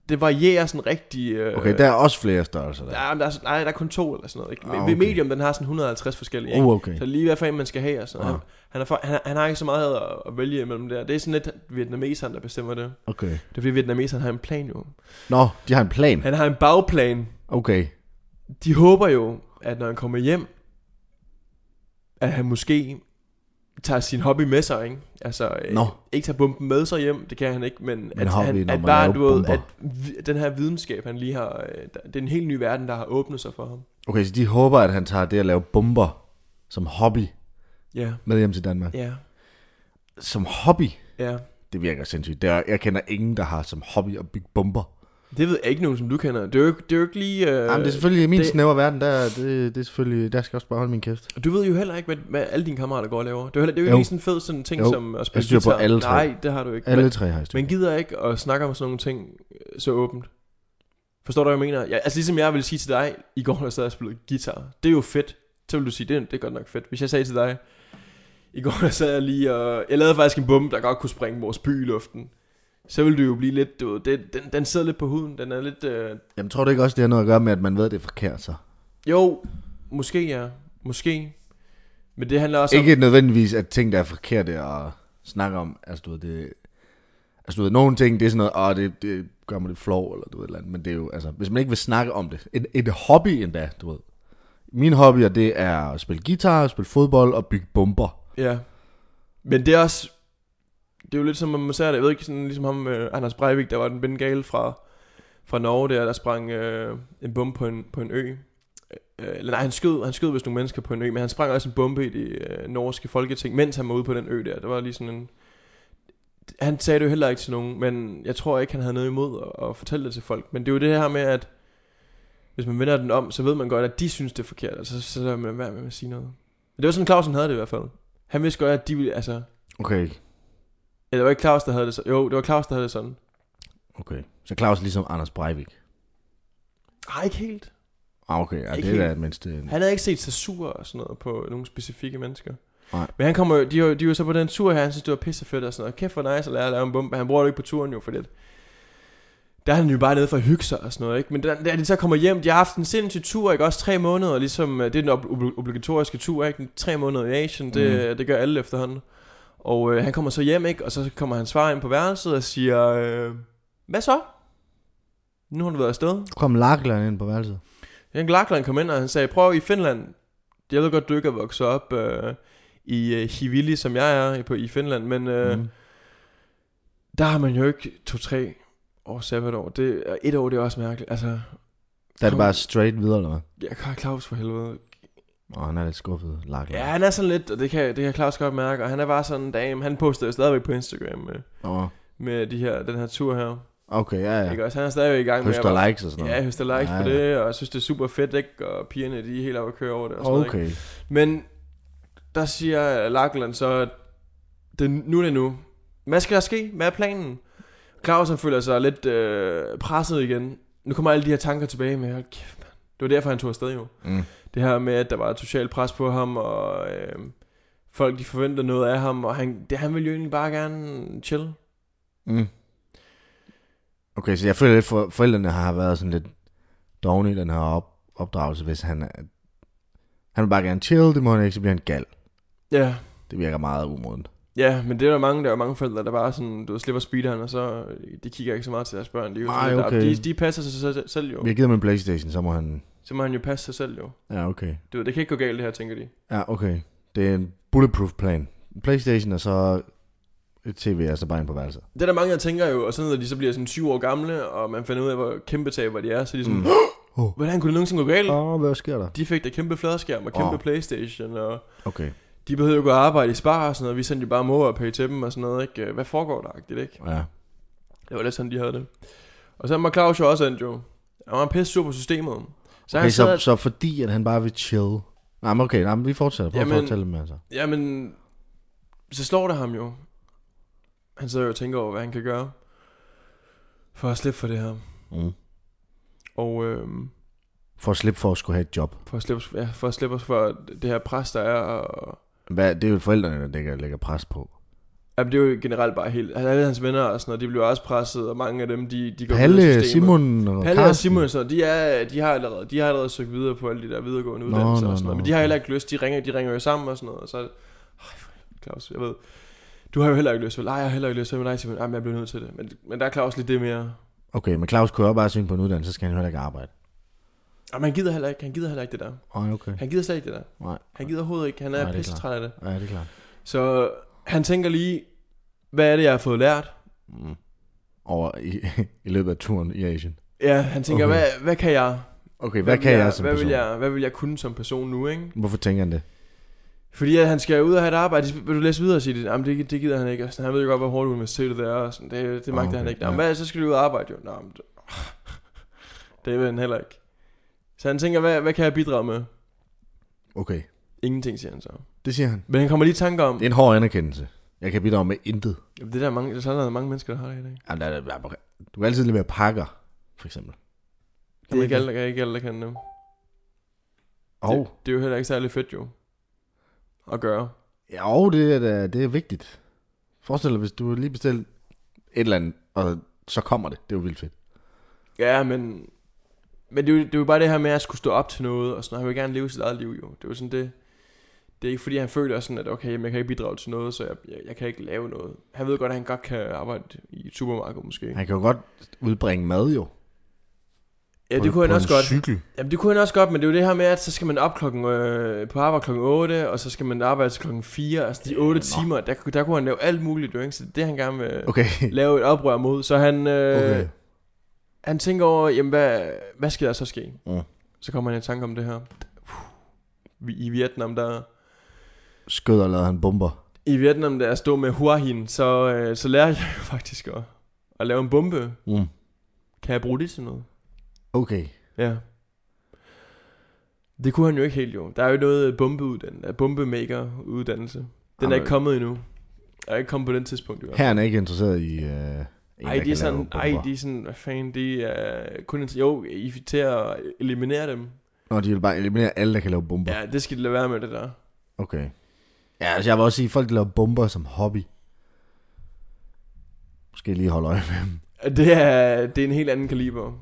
S1: Det varierer sådan rigtig... Øh,
S2: Okay, der er også flere størrelser der.
S1: der, er, der, er, nej, der er kun to eller sådan noget. Ikke?
S2: Ah,
S1: Ah,
S2: okay.
S1: okay. Medium, den har sådan 150 forskellige. Ikke?
S2: Oh, okay.
S1: Så lige hvad for en man skal have og sådan noget.
S2: Ah.
S1: Han, han, er for, han, han, har ikke så meget at, at vælge imellem der. Det er sådan lidt vietnameseren, der bestemmer det.
S2: Okay.
S1: Det er fordi vietnameseren har en plan jo.
S2: Nå, de har en plan.
S1: Han har en bagplan.
S2: Okay.
S1: De håber jo, at når han kommer hjem, at han måske tager sin hobby med sig, ikke? Altså, øh,
S2: Nå.
S1: ikke tager bomben med sig hjem, det kan han ikke, men, at,
S2: hobbyen
S1: han,
S2: om
S1: at
S2: at
S1: bare,
S2: lave
S1: du ved,
S2: bomber.
S1: at vi- den her videnskab, han lige har, øh, der- det er en helt ny verden, der har åbnet sig for ham.
S2: Okay, så de håber, at han tager det at lave bomber som hobby
S1: Ja,
S2: med hjem til Danmark.
S1: ja,
S2: Som hobby?
S1: ja.
S2: Det virker sindssygt. Det er, jeg kender ingen, der har som hobby at bygge bomber.
S1: Det ved jeg ikke nogen, som du kender. Det er jo ikke, det er jo ikke lige... Øh,
S2: Øh, Jamen, det er selvfølgelig i min det...
S1: det-
S2: snævre verden, der, det, det er selvfølgelig, der skal jeg også bare holde min kæft.
S1: Du ved jo heller ikke, hvad, hvad alle dine kammerater går og laver. Det er jo, heller, det er jo, ikke
S2: Jo.
S1: lige sådan en fed sådan ting,
S2: Jo.
S1: som at
S2: Jeg styrer
S1: spille
S2: på alle tre.
S1: Nej, det har du ikke.
S2: Alle
S1: men,
S2: tre har jeg styr
S1: man gider ikke at snakke om sådan nogle ting øh, så åbent. Forstår du, hvad jeg mener? Jeg, altså ligesom jeg ville sige til dig, i går, der sad og spillede guitar. Det er jo fedt. Så vil du sige, det, er- det er godt nok fedt. Hvis jeg sagde til dig, i går, der sad jeg lige og... Jeg lavede faktisk en bombe, der godt kunne springe vores by i luften. Så vil du jo blive lidt, du ved, det, den, den sidder lidt på huden. Den er lidt, øh,
S2: på. Jamen, tror du ikke også, det har noget at gøre med, at man ved, at det er forkert så?
S1: Jo, måske ja. Måske. Men det handler også
S2: Så...
S1: om...
S2: Ikke nødvendigvis, at ting, der er forkerte at snakke om, altså du ved, det... Altså du ved, nogle ting, det er sådan noget, åh, det, det gør mig lidt flov, eller du ved et eller andet, men det er jo, altså, hvis man ikke vil snakke om det, et, et hobby endda, du ved. Mine hobbyer, det er at spille guitar, spille fodbold og bygge bomber.
S1: Ja. Men det er også... Det er jo lidt som, man ser det. Jeg ved ikke, sådan ligesom ham, øh, Anders Breivik, der var den bengale fra, fra Norge der, der sprang øh, en bombe på en, på en ø. Øh, Eller nej, han skød, han skød vist nogle mennesker på en ø, men han sprang også en bombe i det øh, norske folketing, mens han var ude på den ø der. Der var lige sådan en... Han sagde det jo heller ikke til nogen, men jeg tror ikke, han havde noget imod at, at fortælle det til folk. Men det er jo det her med, at hvis man vender den om, så ved man godt, at de synes, det er forkert. Altså, så, så er man værd med at sige noget. Men det var sådan, Clausen havde det i hvert fald. Han vidste godt, at de ville, altså...
S2: Okay,
S1: Eller det var ikke Claus, der havde det sådan. Jo, det var Claus, der havde det sådan.
S2: Okay. Så Claus er ligesom Anders Breivik.
S1: Nej, ikke helt.
S2: Ah, okay. Ja,
S1: Ikke
S2: det er
S1: helt.
S2: da mindst... øh,
S1: Han havde ikke set sig sur og sådan noget på nogle specifikke mennesker.
S2: Nej.
S1: Men han kommer, jo- de, er jo- de er jo så på den tur her, han synes, det var pissefedt og sådan noget. Kæft for nice at lære at lave en bombe. Han bruger det jo ikke på turen jo, fordi at- der er han jo bare nede for at hygge sig og sådan noget, ikke? Men da, da de så kommer hjem, de har haft en sindssyg tur, ikke? Også tre måneder, ligesom, øh, det er den ob- ob- obligatoriske tur, ikke? Den Tre måneder i Asien, det, mm. det gør alle efterhånden. Og øh, han kommer så hjem, ikke? Og så kommer hans far ind på værelset og siger, øh, hvad så? Nu har du været afsted.
S2: Så kom Lachlan ind på værelset.
S1: Jan Glakland kom ind, og han sagde, prøv i Finland, jeg ved godt, du ikke er vokset op øh, i øh, Hivili, som jeg er i- på, i Finland, men øh, mm.
S2: Mm.
S1: der har man jo ikke to-tre år sabbatår. Det, og et år, det er også mærkeligt. Altså,
S2: Der er det bare straight videre, eller hvad?
S1: jeg kan Claus for helvede.
S2: Åh, han er lidt skuffet, Lachlan.
S1: Ja, han er sådan lidt, og det kan, det kan Claus godt mærke, og han er bare sådan, damn, han poster jo stadigvæk på Instagram med,
S2: Åh,
S1: med de her, den her tur her.
S2: okay, ja,
S1: Ja.
S2: ja.
S1: Ikke også? Han er stadigvæk i gang med at
S2: Høster likes og sådan
S1: Ja,
S2: noget.
S1: høster likes
S2: Ja,
S1: ja, ja. på
S2: ja.
S1: det, og synes, det er super fedt, ikke? Og pigerne, de er helt oppe at køre over det. Og sådan noget, ikke?
S2: Okay.
S1: Men der siger Lachlan så, at det, nu er det nu. Hvad skal der ske? Hvad er planen? Claus han føler sig lidt øh, presset igen. Nu kommer alle de her tanker tilbage med, hold kæft, mand. det var derfor, han tog afsted jo.
S2: Mm.
S1: Det her med, at der var et socialt pres på ham, og øh, folk de forventede noget af ham, og han, det, han ville jo egentlig bare gerne chill.
S2: Mm. Okay, så jeg føler lidt, for forældrene har været sådan lidt dogne i den her op- opdragelse, hvis han er... Han vil bare gerne chill, det må han ikke, så bliver han gal.
S1: Ja,
S2: Det virker meget umodent.
S1: ja men det er der mange, der er mange forældre, der bare sådan, du ved, slipper speederen, og så øh, de kigger ikke så meget til deres børn. De, er jo sådan
S2: Nej,
S1: lidt, der-
S2: okay.
S1: de, de passer sig selv, selv jo.
S2: Vi har givet ham en Playstation, så må han...
S1: Så må han jo passe sig selv jo.
S2: Ja, okay.
S1: Du ved, det kan ikke gå galt det her, tænker de.
S2: Ja, okay. Det er en bulletproof plan. En Playstation og så et tv, og så bare ind på værelset.
S1: Det er der mange, der tænker jo, og sådan når de så bliver sådan 20 år gamle, og man finder ud af, hvor kæmpe taber de er, så er de sådan,
S2: Mm.
S1: mm.
S2: Åh.
S1: hvordan kunne det nogensinde gå galt?
S2: Åh, oh, hvad sker der?
S1: De fik da kæmpe fladskærm og kæmpe
S2: Åh.
S1: oh. Playstation, og
S2: Okay,
S1: de behøvede jo gå og arbejde i spar og sådan noget, vi sendte jo bare MobilePay til dem og sådan noget, ikke? Hvad foregår der, agtigt, ikke?
S2: ja.
S1: Det var lidt sådan, de havde det. Og så var Claus jo også endt jo. Han var pisse sur på systemet. Så
S2: Okay,
S1: han sad,
S2: så, så fordi, at han bare vil chill. Nej, men okay, nej, men vi fortsætter. Prøv Jamen,
S1: Jamen-
S2: at fortælle dem, altså.
S1: Jamen, så slår det ham jo. Han sidder jo og tænker over, hvad han kan gøre for at slippe for det her.
S2: Mm.
S1: Og øhm,
S2: For at slippe for at skulle have et job.
S1: For at slippe, ja, for at slippe os for det her pres, der er. Og,
S2: Hvad, det er jo forældrene, der lægger, lægger pres på.
S1: jamen, det er jo generelt bare helt... han- Alle hans venner og sådan noget, de bliver også presset, og mange af dem, de, de går videre i
S2: Palle,
S1: systemet.
S2: Simon og
S1: Palle og
S2: Carsten.
S1: Simon, så de, er, de, har allerede, de har allerede søgt videre på alle de der videregående
S2: Nå,
S1: uddannelser
S2: nå,
S1: og sådan noget.
S2: nå,
S1: Men de har
S2: okay.
S1: heller ikke lyst. De ringer, de ringer jo sammen og sådan noget. Og så, Ej, for helvede, Claus, jeg ved... Du har jo heller ikke lyst til Nej, jeg har heller ikke lyst til det. Nej, Simon, jamen, jeg bliver nødt til det. Men, men der er Claus lidt det mere...
S2: Okay, men Claus kunne jo bare synge på en uddannelse, så skal han jo heller ikke arbejde.
S1: Jamen, han gider heller ikke, han gider heller ikke det der.
S2: Ej, okay.
S1: Han gider slet ikke det der.
S2: Nej.
S1: Han gider overhovedet ikke. Han
S2: Nej,
S1: er
S2: det er
S1: pisse træt af det.
S2: Ja, det er klart.
S1: Så han tænker lige, hvad er det, jeg har fået lært?
S2: Mm. Over i, i løbet af turen i Asien.
S1: Ja, han tænker,
S2: Okay.
S1: okay. hvad, hvad kan jeg?
S2: Okay, hvad, kan
S1: vil
S2: jeg, som
S1: hvad
S2: person?
S1: Vil jeg, hvad vil jeg kunne som person nu, ikke?
S2: Hvorfor tænker han det?
S1: Fordi at han skal ud og have et arbejde. De- Vil du læse videre og sige det? Jamen, det, det gider han ikke. Og Sådan, han ved jo godt, hvor hårdt universitetet er. Og sådan, det, det magter okay,
S2: Okay,
S1: han ikke. Jamen,
S2: ja.
S1: hvad, så skal du ud og arbejde jo. Nå, men, det, det vil han heller ikke. Så han tænker, hvad, hvad kan jeg bidrage med?
S2: Okay,
S1: Ingenting, siger han så.
S2: det siger han.
S1: Men han kommer lige i tanke om,
S2: Det er en hård anerkendelse. Jeg kan bidrage med intet.
S1: Jamen, det er der mange, sådan er der mange mennesker, der har det i dag.
S2: Jamen, der, der, der, du kan altid levere pakker, for eksempel.
S1: Det er ikke alle, der kan, ikke alle, der kan det.
S2: Og
S1: Det, det er jo heller ikke særlig fedt jo. At gøre.
S2: Jo, det er, da- det er vigtigt. Forestil dig, hvis du lige bestiller et eller andet, og så kommer det. Det er jo vildt fedt.
S1: Ja, men... Men det er, jo, det er jo bare det her med at skulle stå op til noget, og sådan noget. Han vil gerne leve sit eget liv jo. Det er jo sådan det... Det er ikke fordi, han føler sådan, at okay, jamen, jeg kan ikke bidrage til noget, så jeg, jeg, jeg kan ikke lave noget. Han ved godt, at han godt kan arbejde i et supermarked måske.
S2: Han kan jo godt udbringe mad jo.
S1: Ja,
S2: På-
S1: det kunne
S2: på
S1: han også
S2: en
S1: godt.
S2: cykel.
S1: Jamen, det kunne han også godt, men det er jo det her med, at så skal man op klokken, øh, på arbejde klokken 8, og så skal man arbejde til klokken 4. Altså de 8
S2: nå.
S1: timer, der, kunne- der kunne han lave alt muligt, jo, ikke? Så det er det, han gerne vil okay.
S2: Okay.
S1: lave et oprør mod. Så han, øh,
S2: okay.
S1: han tænker over, jamen hvad, hvad skal der så ske?
S2: Mm.
S1: Mm. Så kommer han i tanke om det her. Vi- I Vietnam, der...
S2: Skød og lavede han bomber.
S1: I Vietnam, der jeg stod med Hua Hin, så, øh, så lærer jeg jo faktisk at, at lave en bombe.
S2: Mm.
S1: Kan jeg bruge det til noget?
S2: Okay.
S1: Ja. Det kunne han jo ikke helt jo. Der er jo ikke noget bombeuddannelse, bombemaker-uddannelse. Den er
S2: Jamen.
S1: ikke kommet endnu. Jeg er ikke kommet på den tidspunkt i hvert fald.
S2: Her er han ikke interesseret i, øh, en,
S1: Ej,
S2: der
S1: de er
S2: kan lave
S1: sådan, ej,
S2: bomber.
S1: de er sådan, hvad fanden, de er kun, en- jo, I er til at eliminere dem.
S2: Nå, de vil bare eliminere alle, der kan lave bomber.
S1: Ja, det skal de lade være med, det der.
S2: Okay. Ja, altså jeg vil også sige, at folk, der laver bomber som hobby, måske lige holde øje med.
S1: Det er, det er en helt anden kaliber.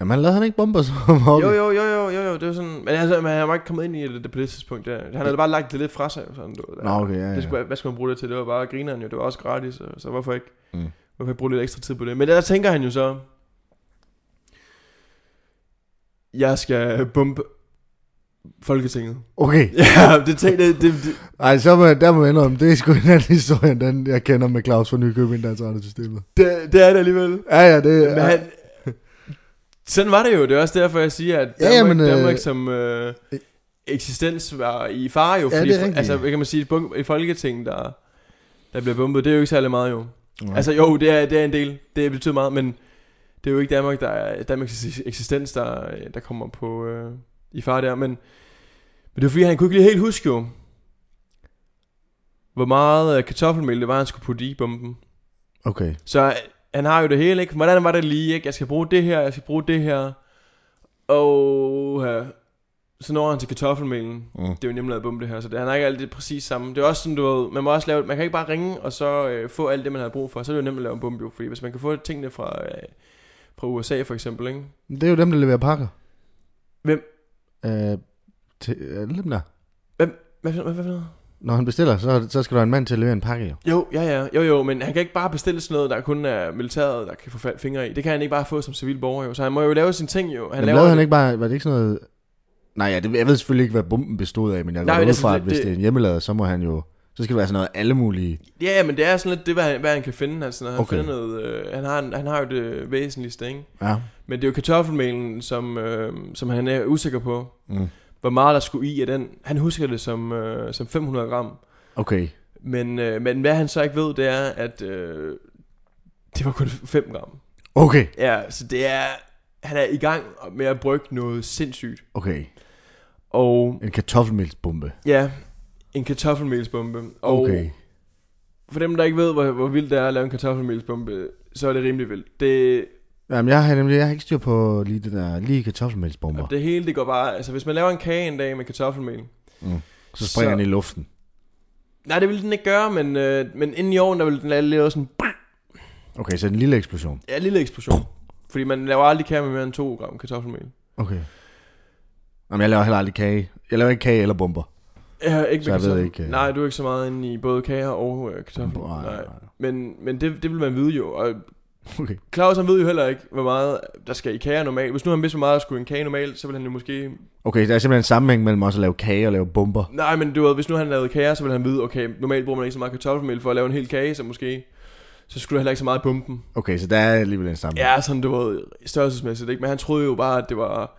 S2: Jamen, han lavede han ikke bomber som hobby?
S1: Jo, jo, jo, jo, jo, jo, det er sådan, men altså, man har bare ikke kommet ind i det, det på det tidspunkt der. Han havde bare lagt det lidt fra sig, sådan, du, ved, der.
S2: Nå, okay, ja, ja.
S1: Det skulle, hvad skulle man bruge det til? Det var bare grineren jo, det var også gratis, så, så hvorfor ikke?
S2: Mm.
S1: Mm. Hvorfor ikke bruge lidt ekstra tid på det? Men der tænker han jo så, jeg skal bombe Folketinget.
S2: Okay,
S1: Ja, det tænkte det, det, det,
S2: Ej, så må jeg, der må jeg indrømme, det er sgu en anden historie, end den jeg kender med Claus fra Nykøbing, der er trænet systemet.
S1: det, det er det alligevel.
S2: Ja, ja, det
S1: Men
S2: er...
S1: han, sådan var det jo, det er også derfor, jeg siger, at
S2: Ja,
S1: Danmark,
S2: men, øh,
S1: Danmark som øh, eksistens var i fare jo.
S2: Ja,
S1: Fordi,
S2: det er rigtigt.
S1: altså, hvad kan man sige, et, bunk, et folketing, der, der bliver bombet, det er jo ikke særlig meget jo.
S2: Nej.
S1: Altså jo, det er, det er en del, det betyder meget, men det er jo ikke Danmark, der er, Danmarks eksis- eksistens, der, der kommer på øh, i fare der. Men, men det var fordi, han kunne ikke lige helt huske jo, hvor meget øh, kartoffelmel det var, han skulle putte i bomben.
S2: Okay,
S1: Så øh, han har jo det hele, ikke? Hvordan var det lige, ikke? Jeg skal bruge det her, jeg skal bruge det her. Og øh, så når han til kartoffelmelen.
S2: Mm.
S1: Det er jo nemt at bombe det her, så det, han har ikke alt det præcis samme. Det er også sådan, du ved, man må også lave, man kan ikke bare ringe og så øh, få alt det, man har brug for. Så er det jo nemt at lave en bombe, jo, fordi hvis man kan få tingene fra, øh, fra USA for eksempel, ikke?
S2: det er jo dem, der leverer pakker.
S1: Hvem?
S2: Øh, til, øh, dem der.
S1: Hvad, hvad, hvad, hvad, hvad?
S2: Når han bestiller, så, så skal der en mand til at levere en pakke, jo.
S1: Jo, ja, ja, jo, jo, men han kan ikke bare bestille sådan noget, der kun er militæret, der kan få fa- fingre i. Det kan han ikke bare få som civil borger, jo. Så han må jo lave sine ting, jo.
S2: Han lavede han ikke bare... Var det ikke sådan noget... Nej, ja, det, jeg ved selvfølgelig ikke, hvad bomben bestod af, men jeg
S1: Nej,
S2: går
S1: men
S2: ud
S1: altså,
S2: fra, at
S1: det-
S2: hvis det,
S1: det-
S2: er en hjemmelader, så må han jo... Så skal det være sådan noget alle mulige...
S1: Ja, ja, men det er sådan lidt det, hvad han, hvad han kan finde. Altså, når han,
S2: Okay.
S1: okay. finder noget, øh, han, har, en- han har jo det væsentligste, ikke?
S2: Ja.
S1: Men det er jo kartoffelmelen, som, øh, som han er usikker på,
S2: Mm.
S1: hvor meget der skulle i af den. Han husker det som, øh, som 500 gram.
S2: Okay.
S1: Men, øh, men hvad han så ikke ved, det er, at øh, det var kun 5 gram.
S2: Okay.
S1: Ja, så det er... Han er i gang med at brygge noget sindssygt.
S2: Okay.
S1: Og
S2: En kartoffelmelsbombe.
S1: ja, en kartoffelmelsbombe. Og
S2: Okay.
S1: for dem, der ikke ved, hvor, hvor vildt det er at lave en kartoffelmelsbombe, så er det rimelig vildt. Det,
S2: Jamen, jeg har nemlig jeg har ikke styr på lige det der, lige kartoffelmelsbomber.
S1: Og det hele, det går bare... Altså, hvis man laver en kage en dag med kartoffelmel...
S2: Så
S1: så-
S2: springer den i luften.
S1: Nej, det ville den ikke gøre, men, øh, men inden i ovnen, der ville den lave- lave sådan en
S2: Okay, så en lille eksplosion.
S1: ja, lille eksplosion. Fordi man laver aldrig kage med mere end 2 gram kartoffelmel.
S2: Okay. Jamen, jeg laver heller aldrig kage. Jeg laver ikke kage eller bomber.
S1: Ja, ikke
S2: Så
S1: med
S2: jeg ved
S1: kartoffel-
S2: ikke, øh.
S1: Nej, du er ikke så meget inde i både kager og øh, kartoffel.
S2: Nej, nej,
S1: Nej.
S2: nej.
S1: Men, men det, det vil man vide jo. Og
S2: Okay.
S1: Claus, han ved jo heller ikke, hvor meget der skal i kager normalt. Hvis nu han vidste, hvor meget der skulle i en kage normalt, så ville han jo måske...
S2: Okay, der er simpelthen en sammenhæng mellem også at lave kage og lave bomber.
S1: Nej, men du ved, hvis nu han lavede kager, så ville han vide, okay, normalt bruger man ikke så meget kartoffelmel for at lave en hel kage, så måske... Så skulle der heller ikke så meget i pumpen.
S2: Okay, så der er alligevel en sammenhæng.
S1: Ja, sådan du ved, størrelsesmæssigt, ikke? Men han troede jo bare, at det var...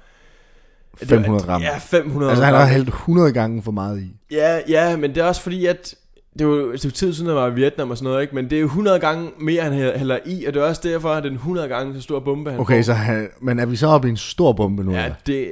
S1: at det var-
S2: 500 gram.
S1: Ja, 500
S2: altså, han
S1: gram.
S2: har hældt 100 gange for meget i.
S1: Ja, ja, men det er også fordi, at... Det var jo et stykke tid siden, han var i Vietnam og sådan noget, ikke? Men det er jo 100 gange mere, han hæ- hælder i, og det er også derfor, at den 100 gange så stor bombe, han
S2: Okay,
S1: får.
S2: så han, men er vi så oppe i en stor bombe nu?
S1: Ja,
S2: eller?
S1: det er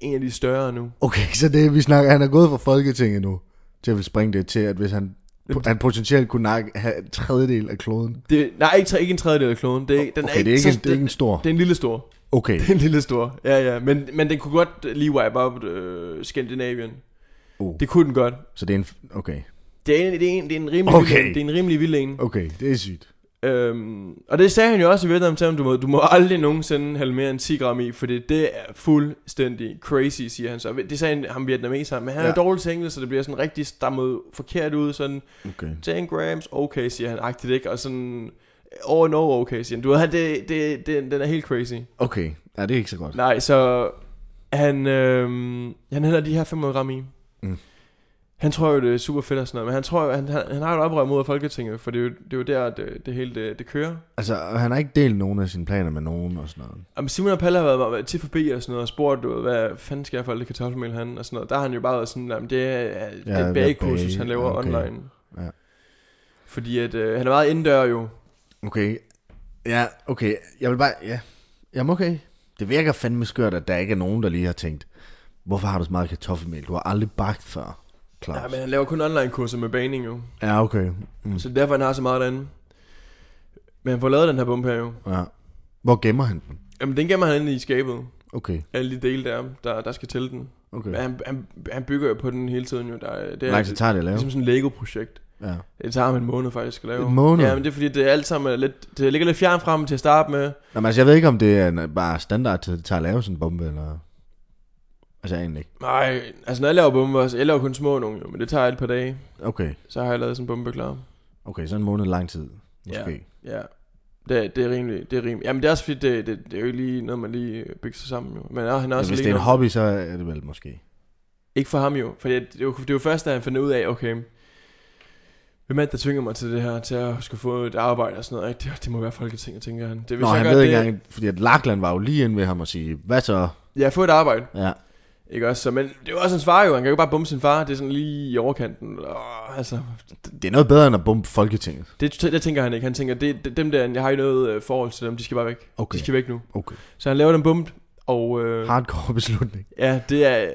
S1: en af de større nu.
S2: Okay, så det, vi snakker, han er gået fra Folketinget nu, til at vil springe det til, at hvis han,
S1: Det-
S2: han potentielt kunne nakke, have en tredjedel af kloden.
S1: Det, nej, ikke, tre- ikke en tredjedel af kloden. Det, er- den
S2: Okay,
S1: er
S2: det er ikke,
S1: så-
S2: en, det er ikke en stor.
S1: det er en lille stor.
S2: Okay,
S1: Det er en lille stor. Ja, ja. Men, men den kunne godt lige wipe up øh, Skandinavien.
S2: Oh.
S1: Det kunne den godt.
S2: så det er en... Okay,
S1: Det er en, det er en, det er en rimelig
S2: Okay.
S1: vild en. Det er en rimelig vild en.
S2: okay, det er sygt.
S1: Øhm, og det sagde han jo også i Vietnam til ham, du må, du må aldrig nogensinde have mere end 10 gram i, for det, det er fuldstændig crazy, siger han så. Det sagde han, ham vietnameser, men han ja. er
S2: Ja.
S1: jo dårlig til engelsk, så det bliver sådan rigtig stammet forkert ud, sådan
S2: Okay.
S1: 10 grams, okay, siger han, agtigt ikke, og sådan over and over, okay, siger han. Du ved, han, det, det, det, den er helt crazy.
S2: Okay, ja, det er ikke så godt.
S1: Nej, så han, øhm, han hælder de her 500 gram i.
S2: Mm.
S1: Han tror jo, det er super fedt og sådan noget, men han tror jo, han, han, han har jo et oprør mod Folketinget, for det er jo, det er jo der, det, det hele det, det kører.
S2: Altså, han har ikke delt nogen af sine planer med nogen og sådan noget.
S1: Jamen Simon og Palle har været meget til forbi og sådan noget, og spurgt, du, ved, hvad fanden skal jeg for alt det kartoffelmel han, og sådan noget. Der har han jo bare været sådan, jamen, det er, ja, det
S2: Ja,
S1: er
S2: hvad
S1: et bagekursus,
S2: bage,
S1: han laver
S2: ja, okay.
S1: okay. online.
S2: Ja.
S1: Fordi at, øh, han er meget indendør jo.
S2: Okay. Ja, okay. Jeg vil bare... Ja. Jamen okay. Det virker fandme skørt, at der ikke er nogen, der lige har tænkt, hvorfor har du så meget kartoffelmel? Du har aldrig bagt før, Claus.
S1: Ja,
S2: Ja,
S1: men han laver kun online kurser med baning jo.
S2: ja okay. Mm.
S1: Så det er derfor, han har så meget derinde. Men han får lavet den her bombe her jo.
S2: Ja. Hvor gemmer han den?
S1: Jamen, den gemmer han inde i skabet.
S2: Okay,
S1: Alle de dele, der, er, der, der skal til den.
S2: okay.
S1: Men han, han, han bygger jo på den hele tiden jo. Der, er- det
S2: Hvor
S1: er
S2: lang tid tager det at lave?
S1: ligesom sådan et Lego-projekt.
S2: Ja.
S1: Det tager ham en måned faktisk at lave.
S2: En måned?
S1: Ja, men det er fordi, det er alt sammen er lidt, det ligger lidt fjern frem til at starte med.
S2: Nå, men altså, jeg ved ikke, om det er en, bare standard til, det tager at lave sådan en bombe, eller... Altså, egentlig ikke.
S1: Nej, altså når jeg laver bomber, så jeg laver kun små nogle jo, men det tager et par dage.
S2: Okay,
S1: Så har jeg lavet sådan en bombe klar.
S2: okay, så en måned lang tid, måske. Ja.
S1: Ja, det, er- det er rimelig, det er rimelig. Jamen det er også fordi, det, det, det er jo ikke lige noget, man lige øh, bygger sig sammen jo. Men ja, han er
S2: Ja,
S1: også
S2: hvis det
S1: lige
S2: er en
S1: noget-
S2: hobby, så er det vel måske.
S1: Ikke for ham jo, for det, det, var, det var først, da han fandt ud af, okay, hvem er det, der tvinger mig til det her, til at skulle få et arbejde og sådan noget. ikke? Det, det må være Folketinget, tænker han. Det,
S2: Nå,
S1: jeg
S2: han
S1: gør
S2: ved
S1: det-
S2: ikke engang, fordi at Lachlan var jo lige inde ved ham og sige, hvad så?
S1: Ja, få et arbejde.
S2: Ja,
S1: Ikke også? Så, men det er jo også hans far jo. Han kan jo ikke bare bombe sin far. Det er sådan lige i overkanten. Åh, altså,
S2: det er noget bedre end at bombe Folketinget.
S1: det, det tænker han ikke. Han tænker, det, det, dem der, jeg har ikke noget øh, forhold til dem. De skal bare væk.
S2: Okay.
S1: De skal væk nu.
S2: Okay.
S1: Så han laver den bombe. Og øh,
S2: Hardcore beslutning.
S1: ja, det er,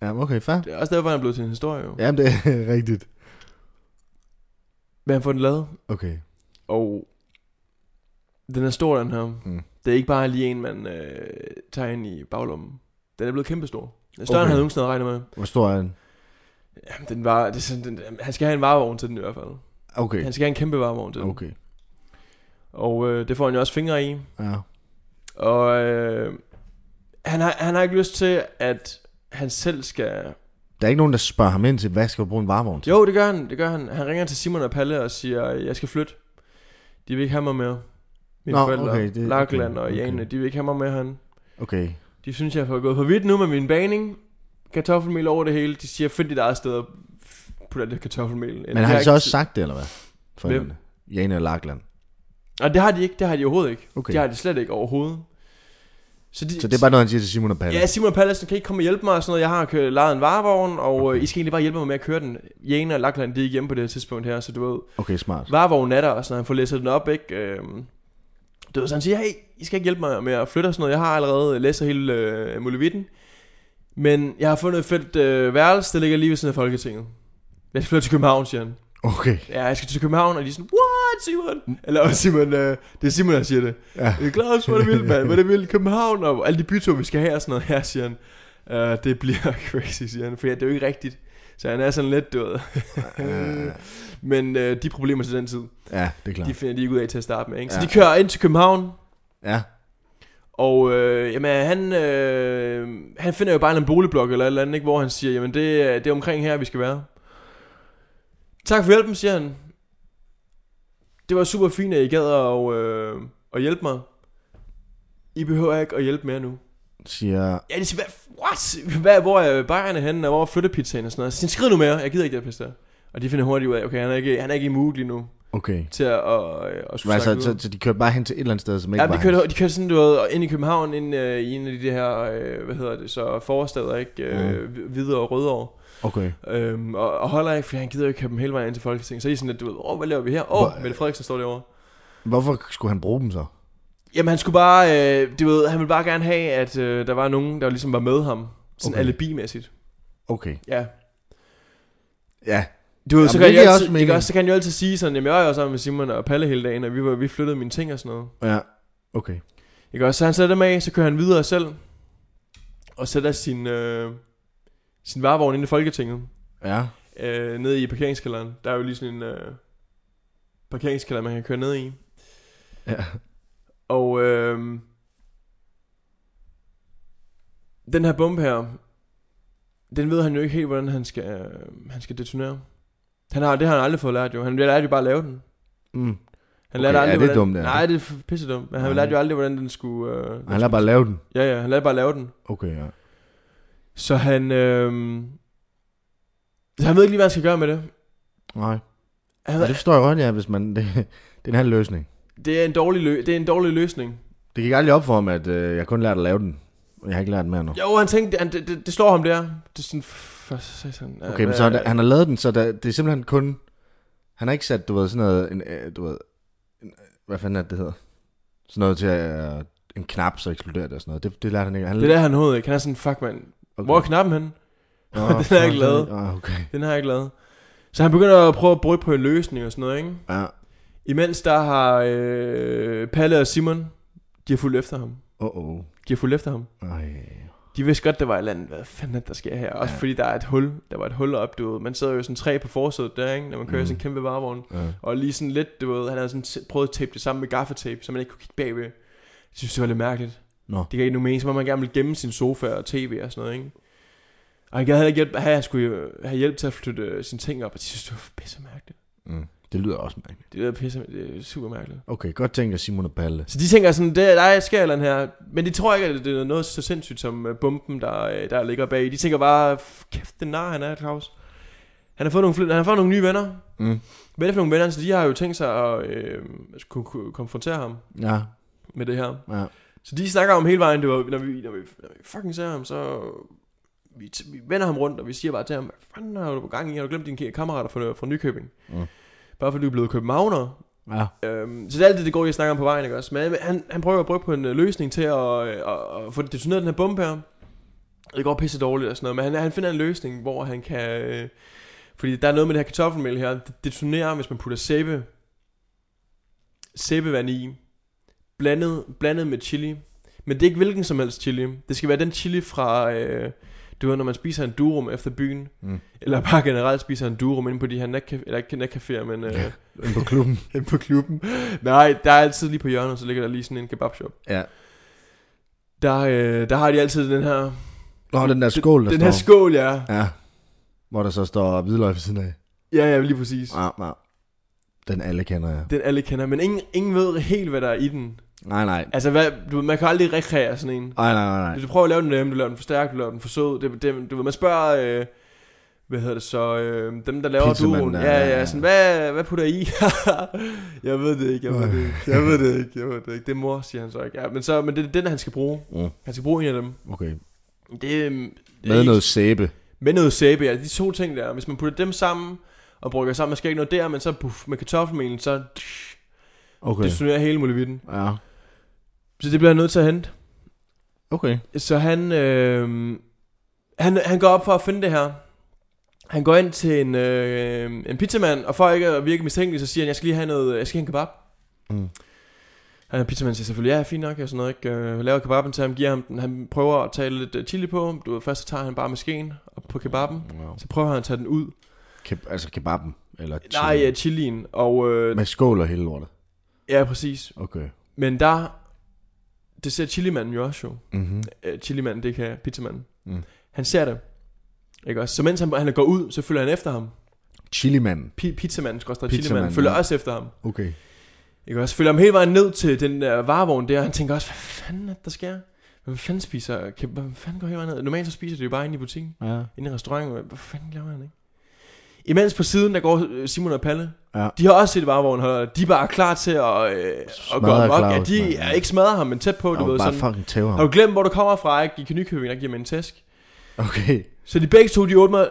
S2: Ja, okay, fair.
S1: det er også derfor, han er blevet til en historie jo. Ja.
S2: Jamen, det er rigtigt.
S1: Men han får den lavet.
S2: Okay.
S1: Og den er stor, den her.
S2: Mm.
S1: Det er ikke bare lige en, man øh, tager ind i baglommen. Den er blevet kæmpestor. Den er større, okay. end
S2: Okay.
S1: han nogensinde havde regnet med.
S2: Hvor stor er den?
S1: Jamen, den var, det er sådan, den, han skal have en varevogn til den i hvert fald.
S2: Okay.
S1: Han skal have en kæmpe varevogn til den.
S2: Okay.
S1: Og øh, det får han jo også fingre i.
S2: Ja.
S1: Og øh, han, har, han har ikke lyst til, at han selv skal...
S2: Der er ikke nogen, der spørger ham ind til, hvad skal du bruge en varevogn til?
S1: Jo, det gør han, det gør han. Han ringer til Simon og Palle og siger, jeg skal flytte. De vil ikke have mig mere. Mine
S2: Nå,
S1: forældre,
S2: okay, det-
S1: Lachlan
S2: okay,
S1: og
S2: okay.
S1: Jane, de vil ikke have mig med han.
S2: Okay.
S1: De synes, jeg har gået for vidt nu med min baning. Kartoffelmel over det hele. De siger, find dit eget sted og putte alt det kartoffelmel. ind."
S2: Men
S1: De
S2: har de
S1: ikke-
S2: så også sagt det, eller hvad? For
S1: Hvem?
S2: Hvem? Jane og Lachlan.
S1: Nej, det har de ikke. Det har de overhovedet ikke.
S2: Okay.
S1: Det har de slet ikke overhovedet. Så, de,
S2: Så det er bare noget, han siger til Simon og Palle.
S1: Ja, Simon Pallesen kan I ikke komme og hjælpe mig og sådan noget. Jeg har kø- lejet en varevogn, og okay. øh, I skal egentlig bare hjælpe mig med at køre den. Jane og Lachlan, de er ikke hjemme på det her tidspunkt her, så du ved,
S2: Okay, smart.
S1: varevognen er der, og sådan, han får læsset den op, ikke? Øhm, du ved, så han siger, hey, I skal ikke hjælpe mig med at flytte og sådan noget. Jeg har allerede læst hele øh, Mulevitten, men jeg har fundet et fedt øh, værelse, der ligger lige ved siden af Folketinget. Jeg skal flytte til København, siger han.
S2: Okay.
S1: Ja, jeg skal til København, og de er sådan, what, Simon? Eller også Simon, øh, det er Simon, der siger det.
S2: Ja.
S1: Øh, Claus, hvor er det vildt, mand. Hvor er det vildt. København og alle de byture, vi skal have og sådan noget her, siger han. Uh, det bliver crazy, siger han, for ja, det er jo ikke rigtigt. Så han er sådan lidt død.
S2: Øh,
S1: Men øh, de problemer til den tid,
S2: ja, det er
S1: de
S2: klart.
S1: finder de ikke ud af til at starte med. Ikke? Så
S2: Ja.
S1: de kører ind til København,
S2: Ja.
S1: og øh, jamen, han, øh, han finder jo bare en eller anden boligblok eller et eller andet, ikke? hvor han siger, jamen det, er- det er omkring her, vi skal være. Tak for hjælpen, siger han. Det var super fint, at I gad at, øh, at hjælpe mig. I behøver ikke at hjælpe mere nu.
S2: Siger,
S1: Ja, de siger, hvad, what? Hvad, hvor er bajerne henne, og hvor er flyttepizzaen og sådan noget. Så siger, han, skrid nu mere, jeg gider ikke det her pisse der. Og de finder hurtigt ud af, okay, han er ikke, han er ikke i mood lige nu
S2: okay.
S1: til at, at, at
S2: Men
S1: skulle
S2: altså,
S1: snakke
S2: så,
S1: videre.
S2: så de kørte bare hen til et eller andet sted, som ikke
S1: Ja,
S2: var
S1: de kørte, de kørte sådan, du ved, ind i København, ind øh, i en af de her, øh, hvad hedder det, så forsteder, ikke? Øh, Hvidovre og Rødovre.
S2: hans. Okay.
S1: Øhm, og, og, holder ikke, for han gider jo ikke have dem hele vejen ind til Folketinget. Så er I sådan lidt, du ved, åh, hvad laver vi her? Åh,
S2: Hvor-
S1: Mette Frederiksen står derovre.
S2: Hvorfor skulle han bruge dem så?
S1: Jamen han skulle bare, øh, du ved, han ville bare gerne have, at øh, der var nogen, der ligesom var med ham. Sådan
S2: Okay.
S1: okay. alibimæssigt.
S2: Okay.
S1: Ja,
S2: Ja.
S1: Du ved, så
S2: Jamen,
S1: kan,
S2: det
S1: jeg
S2: giver
S1: jo
S2: også
S1: altid, ikke
S2: mening.
S1: også, så kan jeg jo altid sige sådan, jamen jeg var jo sammen med Simon og Palle hele dagen, og vi, var, vi flyttede mine ting og sådan noget.
S2: Ja. Okay.
S1: Ikke også, så han sætter dem af, så kører han videre selv, og sætter sin, øh, sin varevogn inde i Folketinget,
S2: Ja.
S1: øh, ned i parkeringskælderen. Der er jo lige sådan en øh, parkeringskælder, man kan køre ned i.
S2: Ja.
S1: Og øh, den her bombe her, den ved han jo ikke helt, hvordan han skal, øh, han skal detonere. Han har, det har han aldrig fået lært jo. Han lærte jo bare at lave den.
S2: Mm.
S1: Han
S2: Okay,
S1: lærte
S2: ja,
S1: aldrig,
S2: det er
S1: hvordan...
S2: dumt, det er.
S1: Nej, det er pisse dumt. Men han
S2: Ja.
S1: lærte jo aldrig, hvordan den skulle... Øh,
S2: Han lader bare lave den.
S1: Ja, ja, han lærte bare lave den.
S2: Okay, ja.
S1: Så han... Øh... Så han ved ikke lige, hvad han skal gøre med det.
S2: Nej.
S1: Han,
S2: Ja, det forstår jeg godt, ja, hvis man... Det, det er en halv løsning.
S1: det, er en dårlig lø... det er en dårlig løsning.
S2: Det gik aldrig op for ham, at øh, jeg kun lærte at lave den. Jeg har ikke lært mere nu.
S1: Jo, han tænkte, han, det, det, det, slår ham der. Det er sådan... For satan.
S2: Okay, men så han, han har lavet den, så der, det er simpelthen kun... Han har ikke sat, du ved, sådan noget... En, øh, du ved, en, øh, hvad fanden er det, det hedder? Sådan noget til øh, en knap, så eksploderer det og sådan noget. Det, det lærte han ikke. Han,
S1: Det er der, han hovedet ikke. Han er sådan, fuck mand. Okay. Hvor er knappen henne?
S2: Nå,
S1: Den er
S2: fuck,
S1: ikke lavet.
S2: Ah, okay.
S1: Den har jeg ikke lavet. Så han begynder at prøve at bruge på en løsning og sådan noget, ikke?
S2: Ja,
S1: Imens der har øh, Palle og Simon, de har fulgt efter ham.
S2: Åh, oh, oh.
S1: De har fulgt efter ham.
S2: Ej.
S1: De vidste godt, der var et eller andet, hvad fanden er det, der sker her. Også
S2: Ja.
S1: ja. fordi der er et hul, der var et hul op, du ved. Man sidder jo sådan tre på forsædet der, ikke? Når man kører mm.
S2: Mhm.
S1: sådan en kæmpe varevogn.
S2: Ja.
S1: Og lige sådan lidt, du ved, han havde sådan t- prøvet at tape det sammen med gaffatape, så man ikke kunne kigge bagved. Jeg synes, det var lidt mærkeligt.
S2: Nå.
S1: Det gav ikke nogen mening, så må man gerne ville gemme sin sofa og tv og sådan noget, ikke? Og jeg gad heller ikke hjælp, have, han skulle jo have hjælp til at flytte øh, sine ting op, og de synes, det var pisse mærkeligt.
S2: Mm. Det lyder også mærkeligt.
S1: Det er pisse, det er super mærkeligt.
S2: Okay, godt tænkt af Simon og Palle.
S1: Så de tænker sådan, der, der sker et eller andet her. Men de tror ikke, at det er noget så sindssygt som øh, bomben, der, øh, der ligger bag. De tænker bare, "F- kæft, den nar han er, Claus. Han har fået nogle, fl- han har fået nogle nye venner.
S2: Mm.
S1: Hvad er det for nogle venner? Så de har jo tænkt sig at øh, kunne, kunne konfrontere ham
S2: Ja,
S1: med det her.
S2: ja.
S1: Så de snakker om hele vejen, det var, når, vi, når, vi, når vi fucking ser ham, så vi, t- vi vender ham rundt, og vi siger bare til ham, hvad fanden har du på gang i? Har du glemt dine kammerater fra, fra Nykøbing?
S2: Mm.
S1: Bare fordi du er blevet københavner,
S2: Ja.
S1: Øhm, så det er alt det, det går, jeg snakker om på vejen, ikke også? Men han- han, han prøver at bruge på en øh, løsning til at, øh, at, at få detoneret den her bombe her. Og det går pisse dårligt og sådan noget, men han, han finder en løsning, hvor han kan... Øh, fordi der er noget med det her kartoffelmel her. Det detonerer, hvis man putter sæbe, sæbevand i. Blandet, blandet med chili. Men det er ikke hvilken som helst chili. Det skal være den chili fra... Øh, du ved, når man spiser en durum efter byen.
S2: Mm.
S1: Eller bare generelt spiser en durum inde på de her natcaféer, eller ikke natcaféer, men... Øh,
S2: Inde på klubben.
S1: Hen på klubben. Nej, der er altid lige på hjørnet, så ligger der lige sådan en kebabshop.
S2: ja.
S1: Der, øh, der har de altid den her...
S2: Nå, den der skål, der
S1: den
S2: står.
S1: her skål, ja.
S2: Ja. Hvor der så står hvidløg ved siden af.
S1: Ja, ja, lige præcis.
S2: Ja, ja. Den alle kender jeg.
S1: Den alle kender, men ingen, ingen ved helt, hvad der er i den.
S2: Nej, nej.
S1: Altså, hvad, du, ved, man kan aldrig rekreere sådan en.
S2: Nej, nej, nej, nej.
S1: Hvis du prøver at lave den nemme, du laver den for stærk, du laver den for sød. Det, det, du ved, man spørger... Øh, hvad hedder det så? Øh, dem, der laver
S2: Pizzaman,
S1: duoen.
S2: der-
S1: Ja, ja, sådan, hvad, hvad putter I? jeg ved det ikke, jeg ved det ikke, jeg ved det ikke, jeg ved det ikke. Det er mor, siger han så ikke. Ja, men, så, men det er den, han skal bruge.
S2: Mm.
S1: Han skal bruge en af dem.
S2: Okay.
S1: Det, øh, det er
S2: Med
S1: ikke-
S2: noget sæbe.
S1: Med noget sæbe, ja. De to ting der. Hvis man putter dem sammen og brygger sammen, man skal ikke noget der, men så puff, med kartoffelmelen, så
S2: Okay.
S1: destonerer hele muligheden.
S2: Ja.
S1: Så det bliver han nødt til at hente.
S2: Okay.
S1: Så han, øh, han, han går op for at finde det her. Han går ind til en, øh, en pizzamand, og for ikke at virke mistænkelig, så siger han, jeg skal lige have noget, jeg skal have en kebab.
S2: Mm.
S1: Han pizzamanden siger selvfølgelig, ja, fint nok, og sådan noget, ikke? Øh, laver kebaben til ham, giver ham den. Han prøver at tage lidt øh, chili på. Du ved, først så tager han bare med skeen op på kebaben.
S2: Wow.
S1: Så prøver han at tage den ud.
S2: Ke- Mm, altså kebaben. Eller chili.
S1: Nej, ja, chilien. Og øh,
S2: Med skål og hele lortet.
S1: Ja, præcis.
S2: Okay.
S1: Men der... Det ser chilimanden jo også jo.
S2: Mm-hmm.
S1: Øh, Chilimanden, det kan pizzamanden.
S2: Mm.
S1: Mm. Han ser det. Ikke også? Så mens han, han går ud, så følger han efter ham.
S2: Chilimanden.
S1: Pi- pizzamanden, skorstræk
S2: Pizzamanden,
S1: chilimanden, følger
S2: ja.
S1: også efter ham.
S2: Okay.
S1: Ikke også? Følger ham hele vejen ned til den der varevogn der, og han tænker også, hvad fanden er det, der sker? Hvem fanden spiser? Kan, hvem fanden går hele vejen ned? Normalt så spiser de jo bare inde i butikken,
S2: Ja.
S1: inde i restauranten. Hvad hvad fanden laver han, ikke? Imens på siden, der går øh, Simon og Palle.
S2: Ja.
S1: De har også set varevognen holder. De er bare klar til at, øh, at gå
S2: Smadre
S1: ham op. Ja,
S2: Claus,
S1: de
S2: mand.
S1: er ikke smadret ham, men tæt på.
S2: Du
S1: Du ved,
S2: bare
S1: sådan,
S2: fucking tæve ham.
S1: har du glemt, hvor du kommer fra? Ikke? I kan Nykøbing, der giver man en tæsk.
S2: Okay.
S1: Så de begge to, de åbner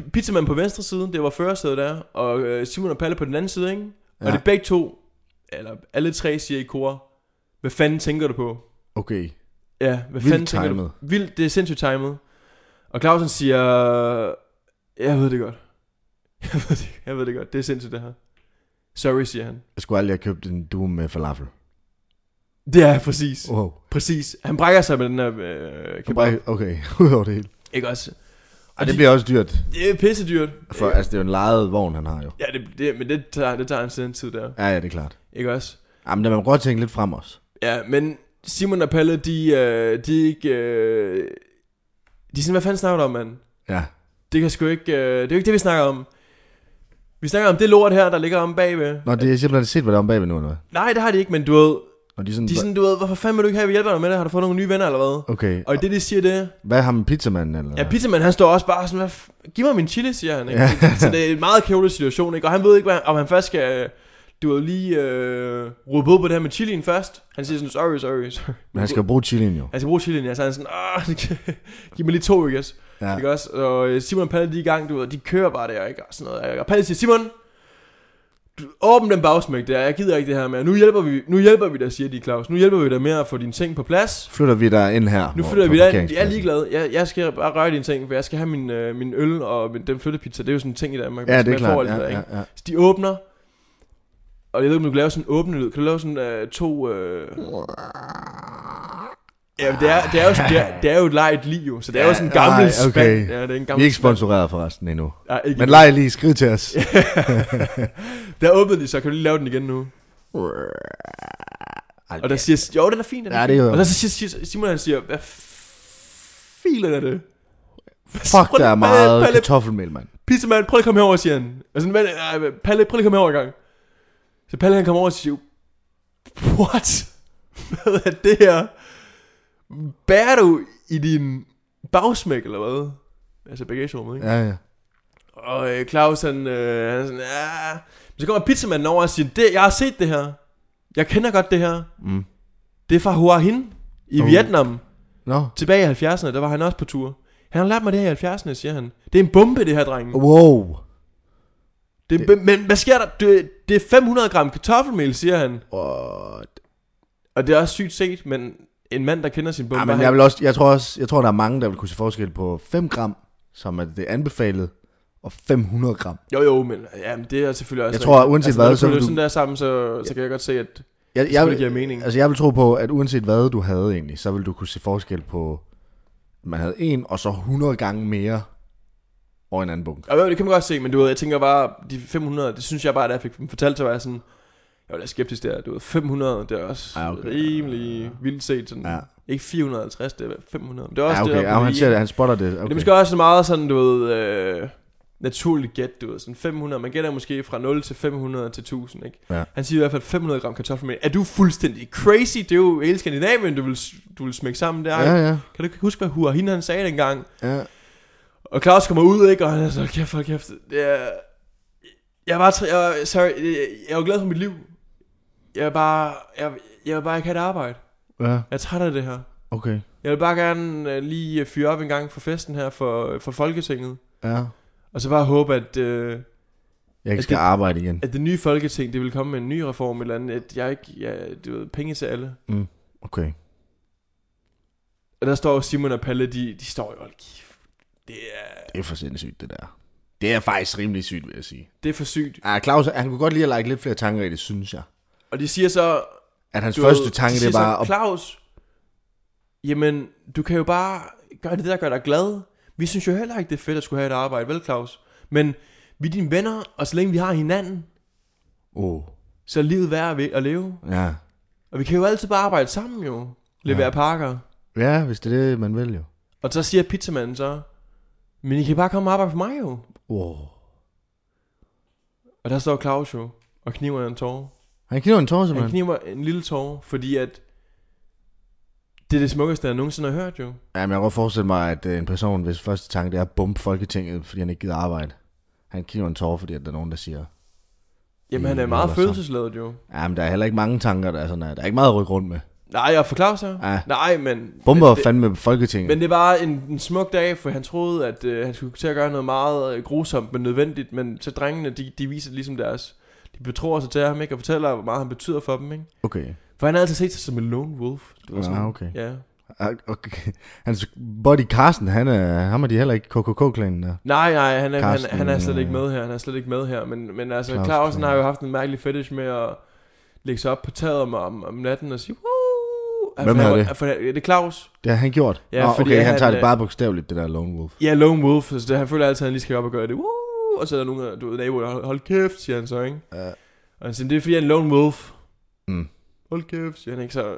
S1: P- pizzamanden på venstre side, det var førersædet der, og øh, Simon og Palle på den anden side, ikke? Og
S2: Ja.
S1: de begge to, eller alle tre siger i kor, hvad fanden tænker du på?
S2: Okay.
S1: Ja, hvad
S2: Vildt
S1: fanden tænker
S2: timet.
S1: du Vildt, det er sindssygt timet. Og Clausen siger, jeg ved det godt. Jeg ved det, jeg ved det godt, det er sindssygt det her. Sorry, siger han.
S2: Jeg skulle aldrig have købt en duo med falafel.
S1: Det er præcis.
S2: Wow.
S1: Præcis. Han brækker sig med den her øh,
S2: Kan
S1: kebab.
S2: bare, okay, udover det hele.
S1: Ikke også?
S2: Og det
S1: de-
S2: bliver også dyrt,
S1: Det er pissedyrt.
S2: for altså, det er jo en lejet vogn, han har jo.
S1: Ja, det, det, men det tager, det tager en siden tid der.
S2: Ja, ja, det er klart.
S1: Ikke også?
S2: Jamen, der må man godt tænke lidt frem også.
S1: Ja, men Simon og Palle, de, øh, de er ikke... Øh, de er sådan, hvad fanden snakker du om, mand?
S2: Ja.
S1: Det, kan sgu ikke, øh, det er jo ikke det, vi snakker om. Vi snakker om det lort her, der ligger om bagved.
S2: Nå, det er simpelthen set, hvad der er om bagved nu, eller hvad?
S1: Nej, det har de ikke, men du ved...
S2: Og de er sådan,
S1: De er sådan, du ved, hvorfor fanden vil du ikke have, at vi hjælper dig med det? Har du fået nogle nye venner eller hvad?
S2: okay,
S1: Og i det, de siger det...
S2: hvad har man pizzamanden, eller?
S1: Ja, pizzamanden, han står også bare sådan, hvad f- giv mig min chili, siger han, ikke? Så det er en meget kaotisk situation, ikke? Og han ved ikke, hvad, om han først skal... øh, Du ved lige øh, råbe på det her med chilien først. Han siger sådan, sorry, sorry, sorry.
S2: Men han skal jo bruge chilien jo.
S1: Han skal bruge chilien, ja. Så er altså, han sådan, ah, giv mig lige to, ikke? også?
S2: Ja.
S1: Ikke også? Og øh, Simon og Palle, de er i gang, du ved, de kører bare der, ikke? Og sådan noget. ikke? Og Palle siger, Simon, du, åbn den bagsmæk der, jeg gider ikke det her med. Nu hjælper vi, nu hjælper vi dig, siger de, Claus. Nu hjælper vi dig med at få dine ting på plads.
S2: Flytter vi der ind her?
S1: Nu
S2: hvor-
S1: flytter
S2: på
S1: vi derind. Jeg er
S2: parkeringspladsen.
S1: ligeglad. Jeg, jeg skal bare røre dine ting, for jeg skal have min, øh, min øl og min, den flyttepizza. Det er jo sådan en ting i Danmark.
S2: Ja,
S1: man-
S2: det er
S1: man får alt
S2: klart. Ja,
S1: det der,
S2: ja,
S1: ikke?
S2: ja.
S1: Så de åbner, Og jeg ved ikke, om du kan lave sådan en åbne lyd. Kan du lave sådan øh, to... Øh... Ja, det er, det, er jo, det, er, det er jo et lejet liv, jo. Så det er jo sådan en gammel
S2: Ej,
S1: spand.
S2: okay.
S1: Ja, det er en
S2: Vi
S1: gammel
S2: er ikke sponsoreret forresten endnu.
S1: Nej, ikke
S2: Men leg lige, skriv til os.
S1: Der åbnede de, så kan du lige lave den igen nu.
S2: Ej,
S1: Og der siger, jo, den er fin, den
S2: Ja,
S1: er
S2: det er
S1: fin.
S2: jo-
S1: Og så siger siger- Simon, han siger, hvad filen er det?
S2: Fuck, der er meget
S1: Palle,
S2: kartoffelmel, mand.
S1: pizzamand, prøv lige at komme herover, siger han. Og sådan, "Hvad- ej, hvad- Palle, prøv lige at komme herover i gang. Så Palle, han kommer over og siger, what? Hvad er det her? Bærer du i din bagsmæk, eller hvad? Altså bagagerummet, ikke?
S2: Ja, ja.
S1: Og øh, Claus, han, øh, han er sådan, ja. Men så kommer pizzamanden over og siger, det, jeg har set det her. Jeg kender godt det her.
S2: Mm.
S1: Det er fra Hua Hin i
S2: Uh.
S1: Vietnam.
S2: Nå.
S1: Tilbage i 70'erne, der var han også på tur. Han har lært mig det her i 70'erne, siger han. Det er en bombe, det her, drenge.
S2: Wow.
S1: Det, det. Men hvad sker der? Det, det er 500 gram kartoffelmel, siger han.
S2: What?
S1: Og det er også sygt set, men en mand, der kender sin bombe...
S2: Ja, Ah, men
S1: han-
S2: jeg, vil også, jeg tror også, jeg tror, der er mange, der vil kunne se forskel på 5 gram, som er det anbefalede, og 500 gram.
S1: Jo, jo, men jamen, det er selvfølgelig også... Altså,
S2: Jeg tror, at uanset hvad,
S1: når du
S2: så
S1: putter
S2: vil du-
S1: sådan der sammen, så, så kan jeg godt se, at
S2: Jeg,
S1: jeg, det
S2: jeg,
S1: giver mening.
S2: altså, jeg vil tro på, at uanset hvad du havde egentlig, så vil du kunne se forskel på, at man havde en, og så 100 gange mere over en anden bunke.
S1: Og jo, det kan man godt se, men du ved, jeg tænker bare, de 500, det synes jeg bare, da jeg fik dem fortalt, så var jeg sådan, jeg var lidt skeptisk der, du ved, 500, det er også
S2: Ja,
S1: ja,
S2: Ah, okay.
S1: okay. rimelig vildt set, sådan,
S2: Ja.
S1: ja. ikke 450, det er 500, men Mm. det er også
S2: Ja,
S1: ja,
S2: okay.
S1: det,
S2: Ja, han, ser det, han spotter det.
S1: det
S2: Okay.
S1: er måske også meget sådan, du ved, øh, naturligt gæt, du ved, sådan 500, man gætter måske fra 0 til 500 til 1000, ikke?
S2: Ja.
S1: Han siger i hvert fald 500 gram kartoffelmel, er du fuldstændig crazy, det er jo hele Skandinavien, du vil, du vil smække sammen der,
S2: Ja,
S1: ja.
S2: ja.
S1: kan du ikke huske, hvad Hua Hin han sagde dengang?
S2: ja.
S1: Og Claus kommer ud, ikke? Og han er så, kæft, hold kæft. Det er... Jeg var, tr- jeg, var- sorry, jeg, jeg var glad for mit liv. Jeg vil bare, jeg, jeg vil bare ikke have et arbejde.
S2: Ja,
S1: Jeg er træt af det her.
S2: okay.
S1: Jeg vil bare gerne øh, lige øh, fyre op en gang for festen her for, for Folketinget.
S2: Ja.
S1: Og så bare håbe, at, øh,
S2: Jeg ikke
S1: det-
S2: skal arbejde igen.
S1: at det nye Folketing, det vil komme med en ny reform eller andet. At jeg ikke, ja, du ved, penge til alle.
S2: Okay.
S1: Og der står jo Simon og Palle, de, de står jo, hold kæft. Det er,
S2: Det er for sindssygt, det der. Det er faktisk rimelig sygt, vil jeg sige.
S1: det er for sygt.
S2: Ah, Claus, han kunne godt lide at lægge lidt flere tanker i det, synes jeg.
S1: Og de siger så,
S2: At hans
S1: Du
S2: du, første
S1: ved,
S2: tanke,
S1: de
S2: det
S1: siger
S2: er bare...
S1: sådan,
S2: At...
S1: Claus, jamen, du kan jo bare gøre det, der gør dig glad. Vi synes jo heller ikke, det er fedt at skulle have et arbejde, vel Claus? Men vi er dine venner, og så længe vi har hinanden,
S2: Oh,
S1: så er livet værd at leve.
S2: ja.
S1: Og vi kan jo altid bare arbejde sammen jo. Levere
S2: Ja.
S1: ja. pakker.
S2: ja, hvis det er det, man vil jo.
S1: Og så siger pizzamanden så, men I kan bare komme og arbejde for mig jo.
S2: Oh.
S1: Og der står Claus jo, og kniver en tårer.
S2: Han kniver en tårer,
S1: Han
S2: simpelthen.
S1: kniver en lille tårer, fordi at det er det smukkeste, jeg nogensinde har hørt jo.
S2: Jamen, jeg kan godt forestille mig, at øh, en person, hvis første tanke det er at bombe Folketinget, fordi han ikke gider arbejde. Han kniver en tårer, fordi at der er nogen, der siger...
S1: Jamen, han
S2: Ja,
S1: er meget
S2: eller så.
S1: følelsesladet jo.
S2: Jamen, der er heller ikke mange tanker, der er sådan her. Der er ikke meget at rykke rundt med.
S1: Nej, jeg forklarer sig.
S2: Ja.
S1: Nej, men...
S2: Bomber
S1: men det,
S2: fandme Folketinget.
S1: men det var en, en smuk dag, for han troede, at øh, han skulle til at gøre noget meget øh, grusomt, men nødvendigt. Men så drengene, de, de viser ligesom deres... De betror sig til ham, ikke? Og fortæller, hvor meget han betyder for dem, ikke?
S2: Okay.
S1: For han har altid set sig som en lone wolf. Det var
S2: Ah, okay.
S1: Ja.
S2: Ah, okay. Hans buddy Carsten, han er, ham er de heller ikke KKK-klanen der.
S1: Nej, nej, han er,
S2: Carsten,
S1: han, han er slet ikke
S2: øh,
S1: med her. Han er slet ikke med her. Men, men altså,
S2: Claus,
S1: Clausen
S2: Claus.
S1: har jo haft en mærkelig fetish med at lægge sig op på taget om, om, om natten og sige... Woo!
S2: Hvem
S1: For han
S2: havde
S1: var-
S2: det?
S1: For, han- det er Claus.
S2: Det har han gjort.
S1: Ja,
S2: Nå,
S1: fordi
S2: okay, han
S1: han,
S2: tager det
S1: øh,
S2: bare bogstaveligt, det der Lone Wolf.
S1: Ja, Lone Wolf, så det, han føler altid, at han lige skal op og gøre det. Woo! Og så er der nogen, der- du ved, naboer, der hold, hold kæft, siger han så, ikke?
S2: Ja.
S1: Og han siger, det er fordi, han er en Lone Wolf.
S2: Mm.
S1: Hold kæft, siger han, ikke? Så...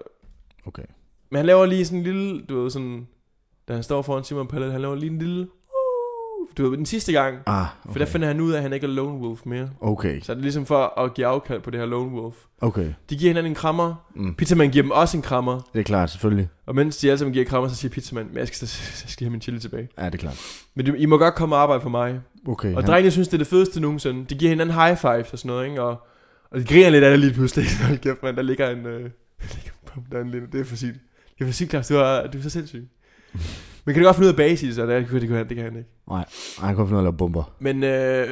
S2: Okay.
S1: Men han laver lige sådan en lille, du ved, sådan... Da han står foran Simon Pallet, han laver lige en lille... Woo! Du ved, den sidste gang. Okay.
S2: Ah, okay.
S1: For der finder han ud af, at han ikke er Lone Wolf mere.
S2: Okay,
S1: Så er det ligesom for at give afkald på det her Lone Wolf.
S2: okay.
S1: De giver hinanden en krammer.
S2: Mm.
S1: Pizzaman giver dem også en krammer.
S2: Det er klart, selvfølgelig.
S1: Og mens de alle sammen giver krammer, så siger Pizzaman, men jeg skal, jeg skal have min chili tilbage.
S2: Ja, det er klart.
S1: Men du- I må godt komme og arbejde for mig.
S2: Okay.
S1: Og
S2: han-
S1: drengene synes, det er det fedeste nogensinde. De giver hinanden high fives og sådan noget, ikke? Og, og de griner lidt af det lige pludselig. Hold kæft, mand, der ligger en... Øh, der ligger en bombe derinde lige nu. Det er for sygt. Det er for sygt, Claus. Du er, du er så sindssyg. Men kan du godt finde ud af base i det, så? Det, det, det, kan han, det kan han ikke.
S2: Ej, han kan finde ud af at lave bomber.
S1: Men... Øh,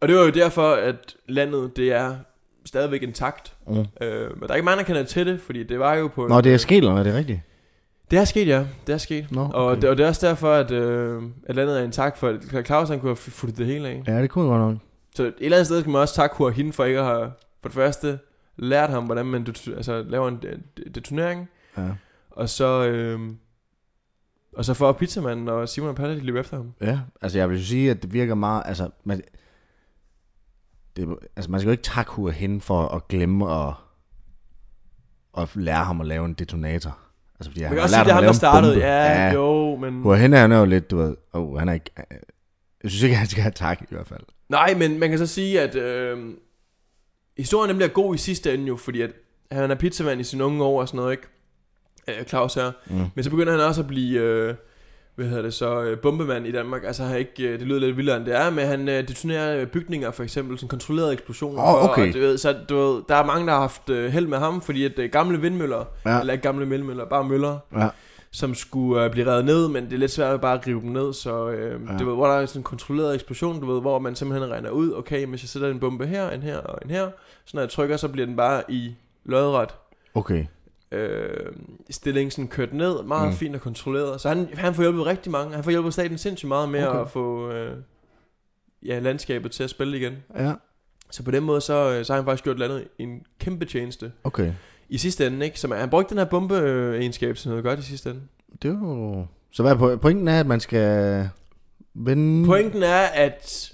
S1: og det var jo derfor, at landet, det er stadigvæk intakt.
S2: Mm.
S1: Øh, og der er ikke mange, der kender til det, fordi det var jo på...
S2: Nå, det er skelerne, er det rigtigt?
S1: Det er sket, ja. Det er sket.
S2: Nå,
S1: Og,
S2: okay.
S1: det, og det er også derfor, at, øh, at landet er intakt, for at Claus han kunne have fulgt det hele af.
S2: Ja, det kunne jeg godt nok.
S1: Så et eller andet sted skal man også takke Hua Hin for ikke at have for det første lærte ham, hvordan man det- altså, laver en det- detonering,
S2: Ja.
S1: og så... Øh, og så får pizzamanden og Simon og Palle, de løber efter ham.
S2: ja. Altså, jeg vil jo sige, at det virker meget... Altså, man, det, altså, man skal jo ikke takke Hua hen for at glemme at, at lære ham at lave en detonator. Altså, fordi
S1: Man
S2: han
S1: kan
S2: har
S1: også sige,
S2: lært
S1: det er ham,
S2: ham
S1: der
S2: at
S1: startede.
S2: lave en bombe.
S1: Ja, ja, jo, men...
S2: Hua hen er han jo lidt, du ved... Oh, han er ikke... Jeg synes ikke, han skal have tak, i hvert fald.
S1: Nej, men man kan så sige, at øh, historien nemlig er god i sidste ende jo, fordi at han er pizzamand i sine unge år og sådan noget, ikke? Øh, Claus her.
S2: Mm.
S1: Men så begynder han også at blive, øh, hvad hedder det så, øh, bombemand i Danmark. Altså han er ikke, øh, det lyder lidt vildere end det er, men han øh, detonerer øh, bygninger for eksempel, sådan kontrollerede eksplosioner.
S2: Åh,
S1: for,
S2: okay.
S1: og, du ved, så du ved, der er mange, der har haft øh, held med ham, fordi at øh, gamle vindmøller, ja.
S2: Ja.
S1: eller ikke gamle vindmøller, bare møller,
S2: Ja.
S1: som skulle øh, blive revet ned, men det er lidt svært at bare rive dem ned, så øh, ja.
S2: Ja.
S1: du ved, hvor der er sådan en kontrolleret eksplosion, du ved, hvor man simpelthen regner ud, okay, hvis jeg sætter en bombe her, en her og en her, så når jeg trykker, så bliver den bare i lodret
S2: Okay.
S1: øh, stilling sådan kørt ned, meget mm.
S2: Mm.
S1: fint og kontrolleret, så han, han får hjulpet rigtig mange, han får hjulpet staten sindssygt meget med okay.
S2: Okay.
S1: at få øh, ja, landskabet til at spille igen.
S2: Ja.
S1: Så på den måde, så, øh, så har han faktisk gjort landet en kæmpe tjeneste.
S2: Okay.
S1: I sidste ende, ikke? Så man, han brugte den her bombe-egenskab til noget godt i sidste ende.
S2: Det er jo... Så hvad er po- pointen er, at man skal vende...
S1: Pointen er, at...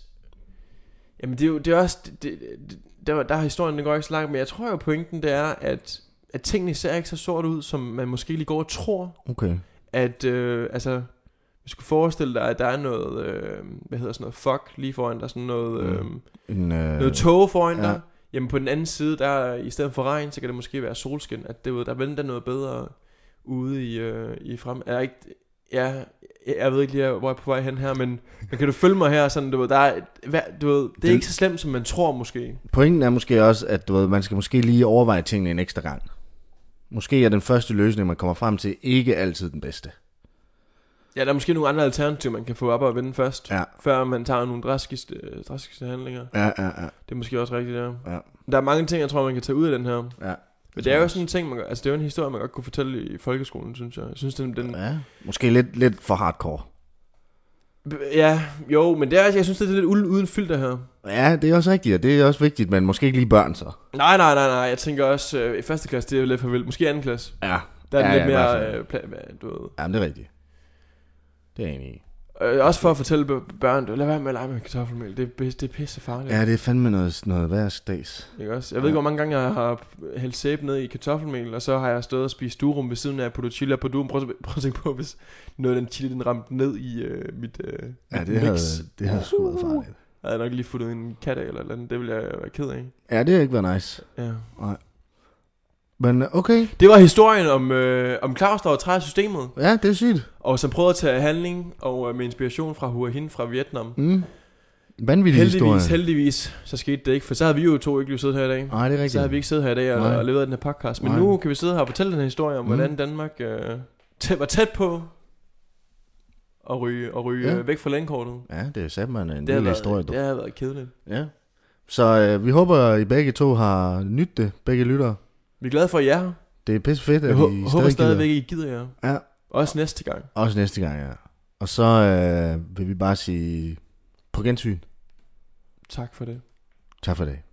S1: Jamen, det er jo det er også... Det, det, det- der, der er historien, den går ikke så langt, men jeg tror jo, pointen det er, at, at tingene ser ikke så sort ud, som man måske lige går og tror.
S2: Okay.
S1: At, øh, altså... Hvis du kunne forestille dig, at der er noget, øh, hvad hedder sådan noget, fuck lige foran dig, sådan noget, øh,
S2: Mm. En, øh...
S1: noget tog foran ja.
S2: ja.
S1: dig. Jamen på den anden side, der er- i stedet for regn, så kan det måske være solskin, at det, ved, der venter noget bedre ude i, øh, i frem. Er ikke, ja, jeg- jeg ved ikke lige, hvor jeg er på vej hen her, men, men kan du følge mig her? Sådan, du ved, der er, et- hvad, du ved, det er
S2: Det-
S1: ikke så slemt, som man tror måske.
S2: Pointen er måske også, at du ved, man skal måske lige overveje tingene en ekstra gang. Måske er den første løsning, man kommer frem til, ikke altid den bedste.
S1: Ja, der er måske nogle andre alternativer, man kan få op og vende først,
S2: Ja.
S1: før man tager nogle drastiske, øh, drastiske handlinger.
S2: Ja, ja, ja.
S1: Det er måske også rigtigt, ja.
S2: Ja.
S1: Der er mange ting, jeg tror, man kan tage ud af den her.
S2: ja.
S1: Men det er jo sådan en ting, man, gør- altså det er jo en historie, man godt kunne fortælle i folkeskolen, synes jeg. Jeg synes, den, den,
S2: Ja. Måske lidt, lidt for hardcore.
S1: B- Ja, jo, men det er, jeg synes, det er lidt uden, uden filter her.
S2: Ja, det er også rigtigt, og det er også vigtigt, men måske ikke lige børn så.
S1: Nej, nej, nej, nej. Jeg tænker også, øh, i første klasse, det er jo lidt for vildt. Måske i anden klasse.
S2: Ja.
S1: Der er ja,
S2: ja,
S1: lidt
S2: i hvert
S1: mere,
S2: fald.
S1: øh, pla- hvad- du ved.
S2: Jamen, det er rigtigt. Det er jeg enig i.
S1: Øh, også for at fortælle b- børn, du, lad være med at lege med kartoffelmel. Det er, pis- det er pisse farligt.
S2: Ja, det er fandme noget, noget værstags.
S1: Ikke også? Jeg ved ikke, hvor mange gange jeg har hældt sæbe ned i kartoffelmel, og så har jeg stået og spist durum ved siden af på chili på durum. Prøv, at- prøv at tænke på, hvis noget af den chili, den ramte ned i øh, mit, øh,
S2: Ja,
S1: mit
S2: det
S1: mix.
S2: havde, det havde sgu været farligt.
S1: Jeg havde nok lige fået en kat af eller et eller andet. Det ville jeg være ked af.
S2: Ja, det har ikke været nice.
S1: Ja.
S2: Men okay,
S1: Det var historien om, øh, om Claus, der var træt af systemet.
S2: ja, det er sygt.
S1: Og som prøvede at tage handling og øh, med inspiration fra Hua Hin fra Vietnam.
S2: Mm. Vanvittig
S1: Heldigvis,
S2: historie.
S1: heldigvis, så skete det ikke, for så havde vi jo to ikke lige siddet her i dag.
S2: Nej, det er
S1: Så havde vi
S2: rigtigt.
S1: ikke siddet her i dag og,
S2: Nej.
S1: og leveret den her podcast. Men
S2: Nej.
S1: nu kan vi sidde her og fortælle den her historie om,
S2: Mm.
S1: hvordan Danmark øh, tæ- var tæt på at ryge, at ryge
S2: Ja.
S1: øh, væk fra landkortet.
S2: Ja, det er satme en det
S1: Det har,
S2: lille
S1: været,
S2: historie,
S1: det
S2: du.
S1: har været kedeligt.
S2: Ja. Så øh, vi håber, I begge to har nydt det, begge lyttere.
S1: Vi er glade for, at I er her.
S2: Det er pisse fedt, at
S1: Jeg
S2: I
S1: hå- håber
S2: stadig
S1: stadigvæk, at I gider jer.
S2: gider. Ja,
S1: Også næste gang.
S2: også næste gang, ja. Og så øh, vil vi bare sige på gensyn.
S1: Tak for det.
S2: Tak for i dag.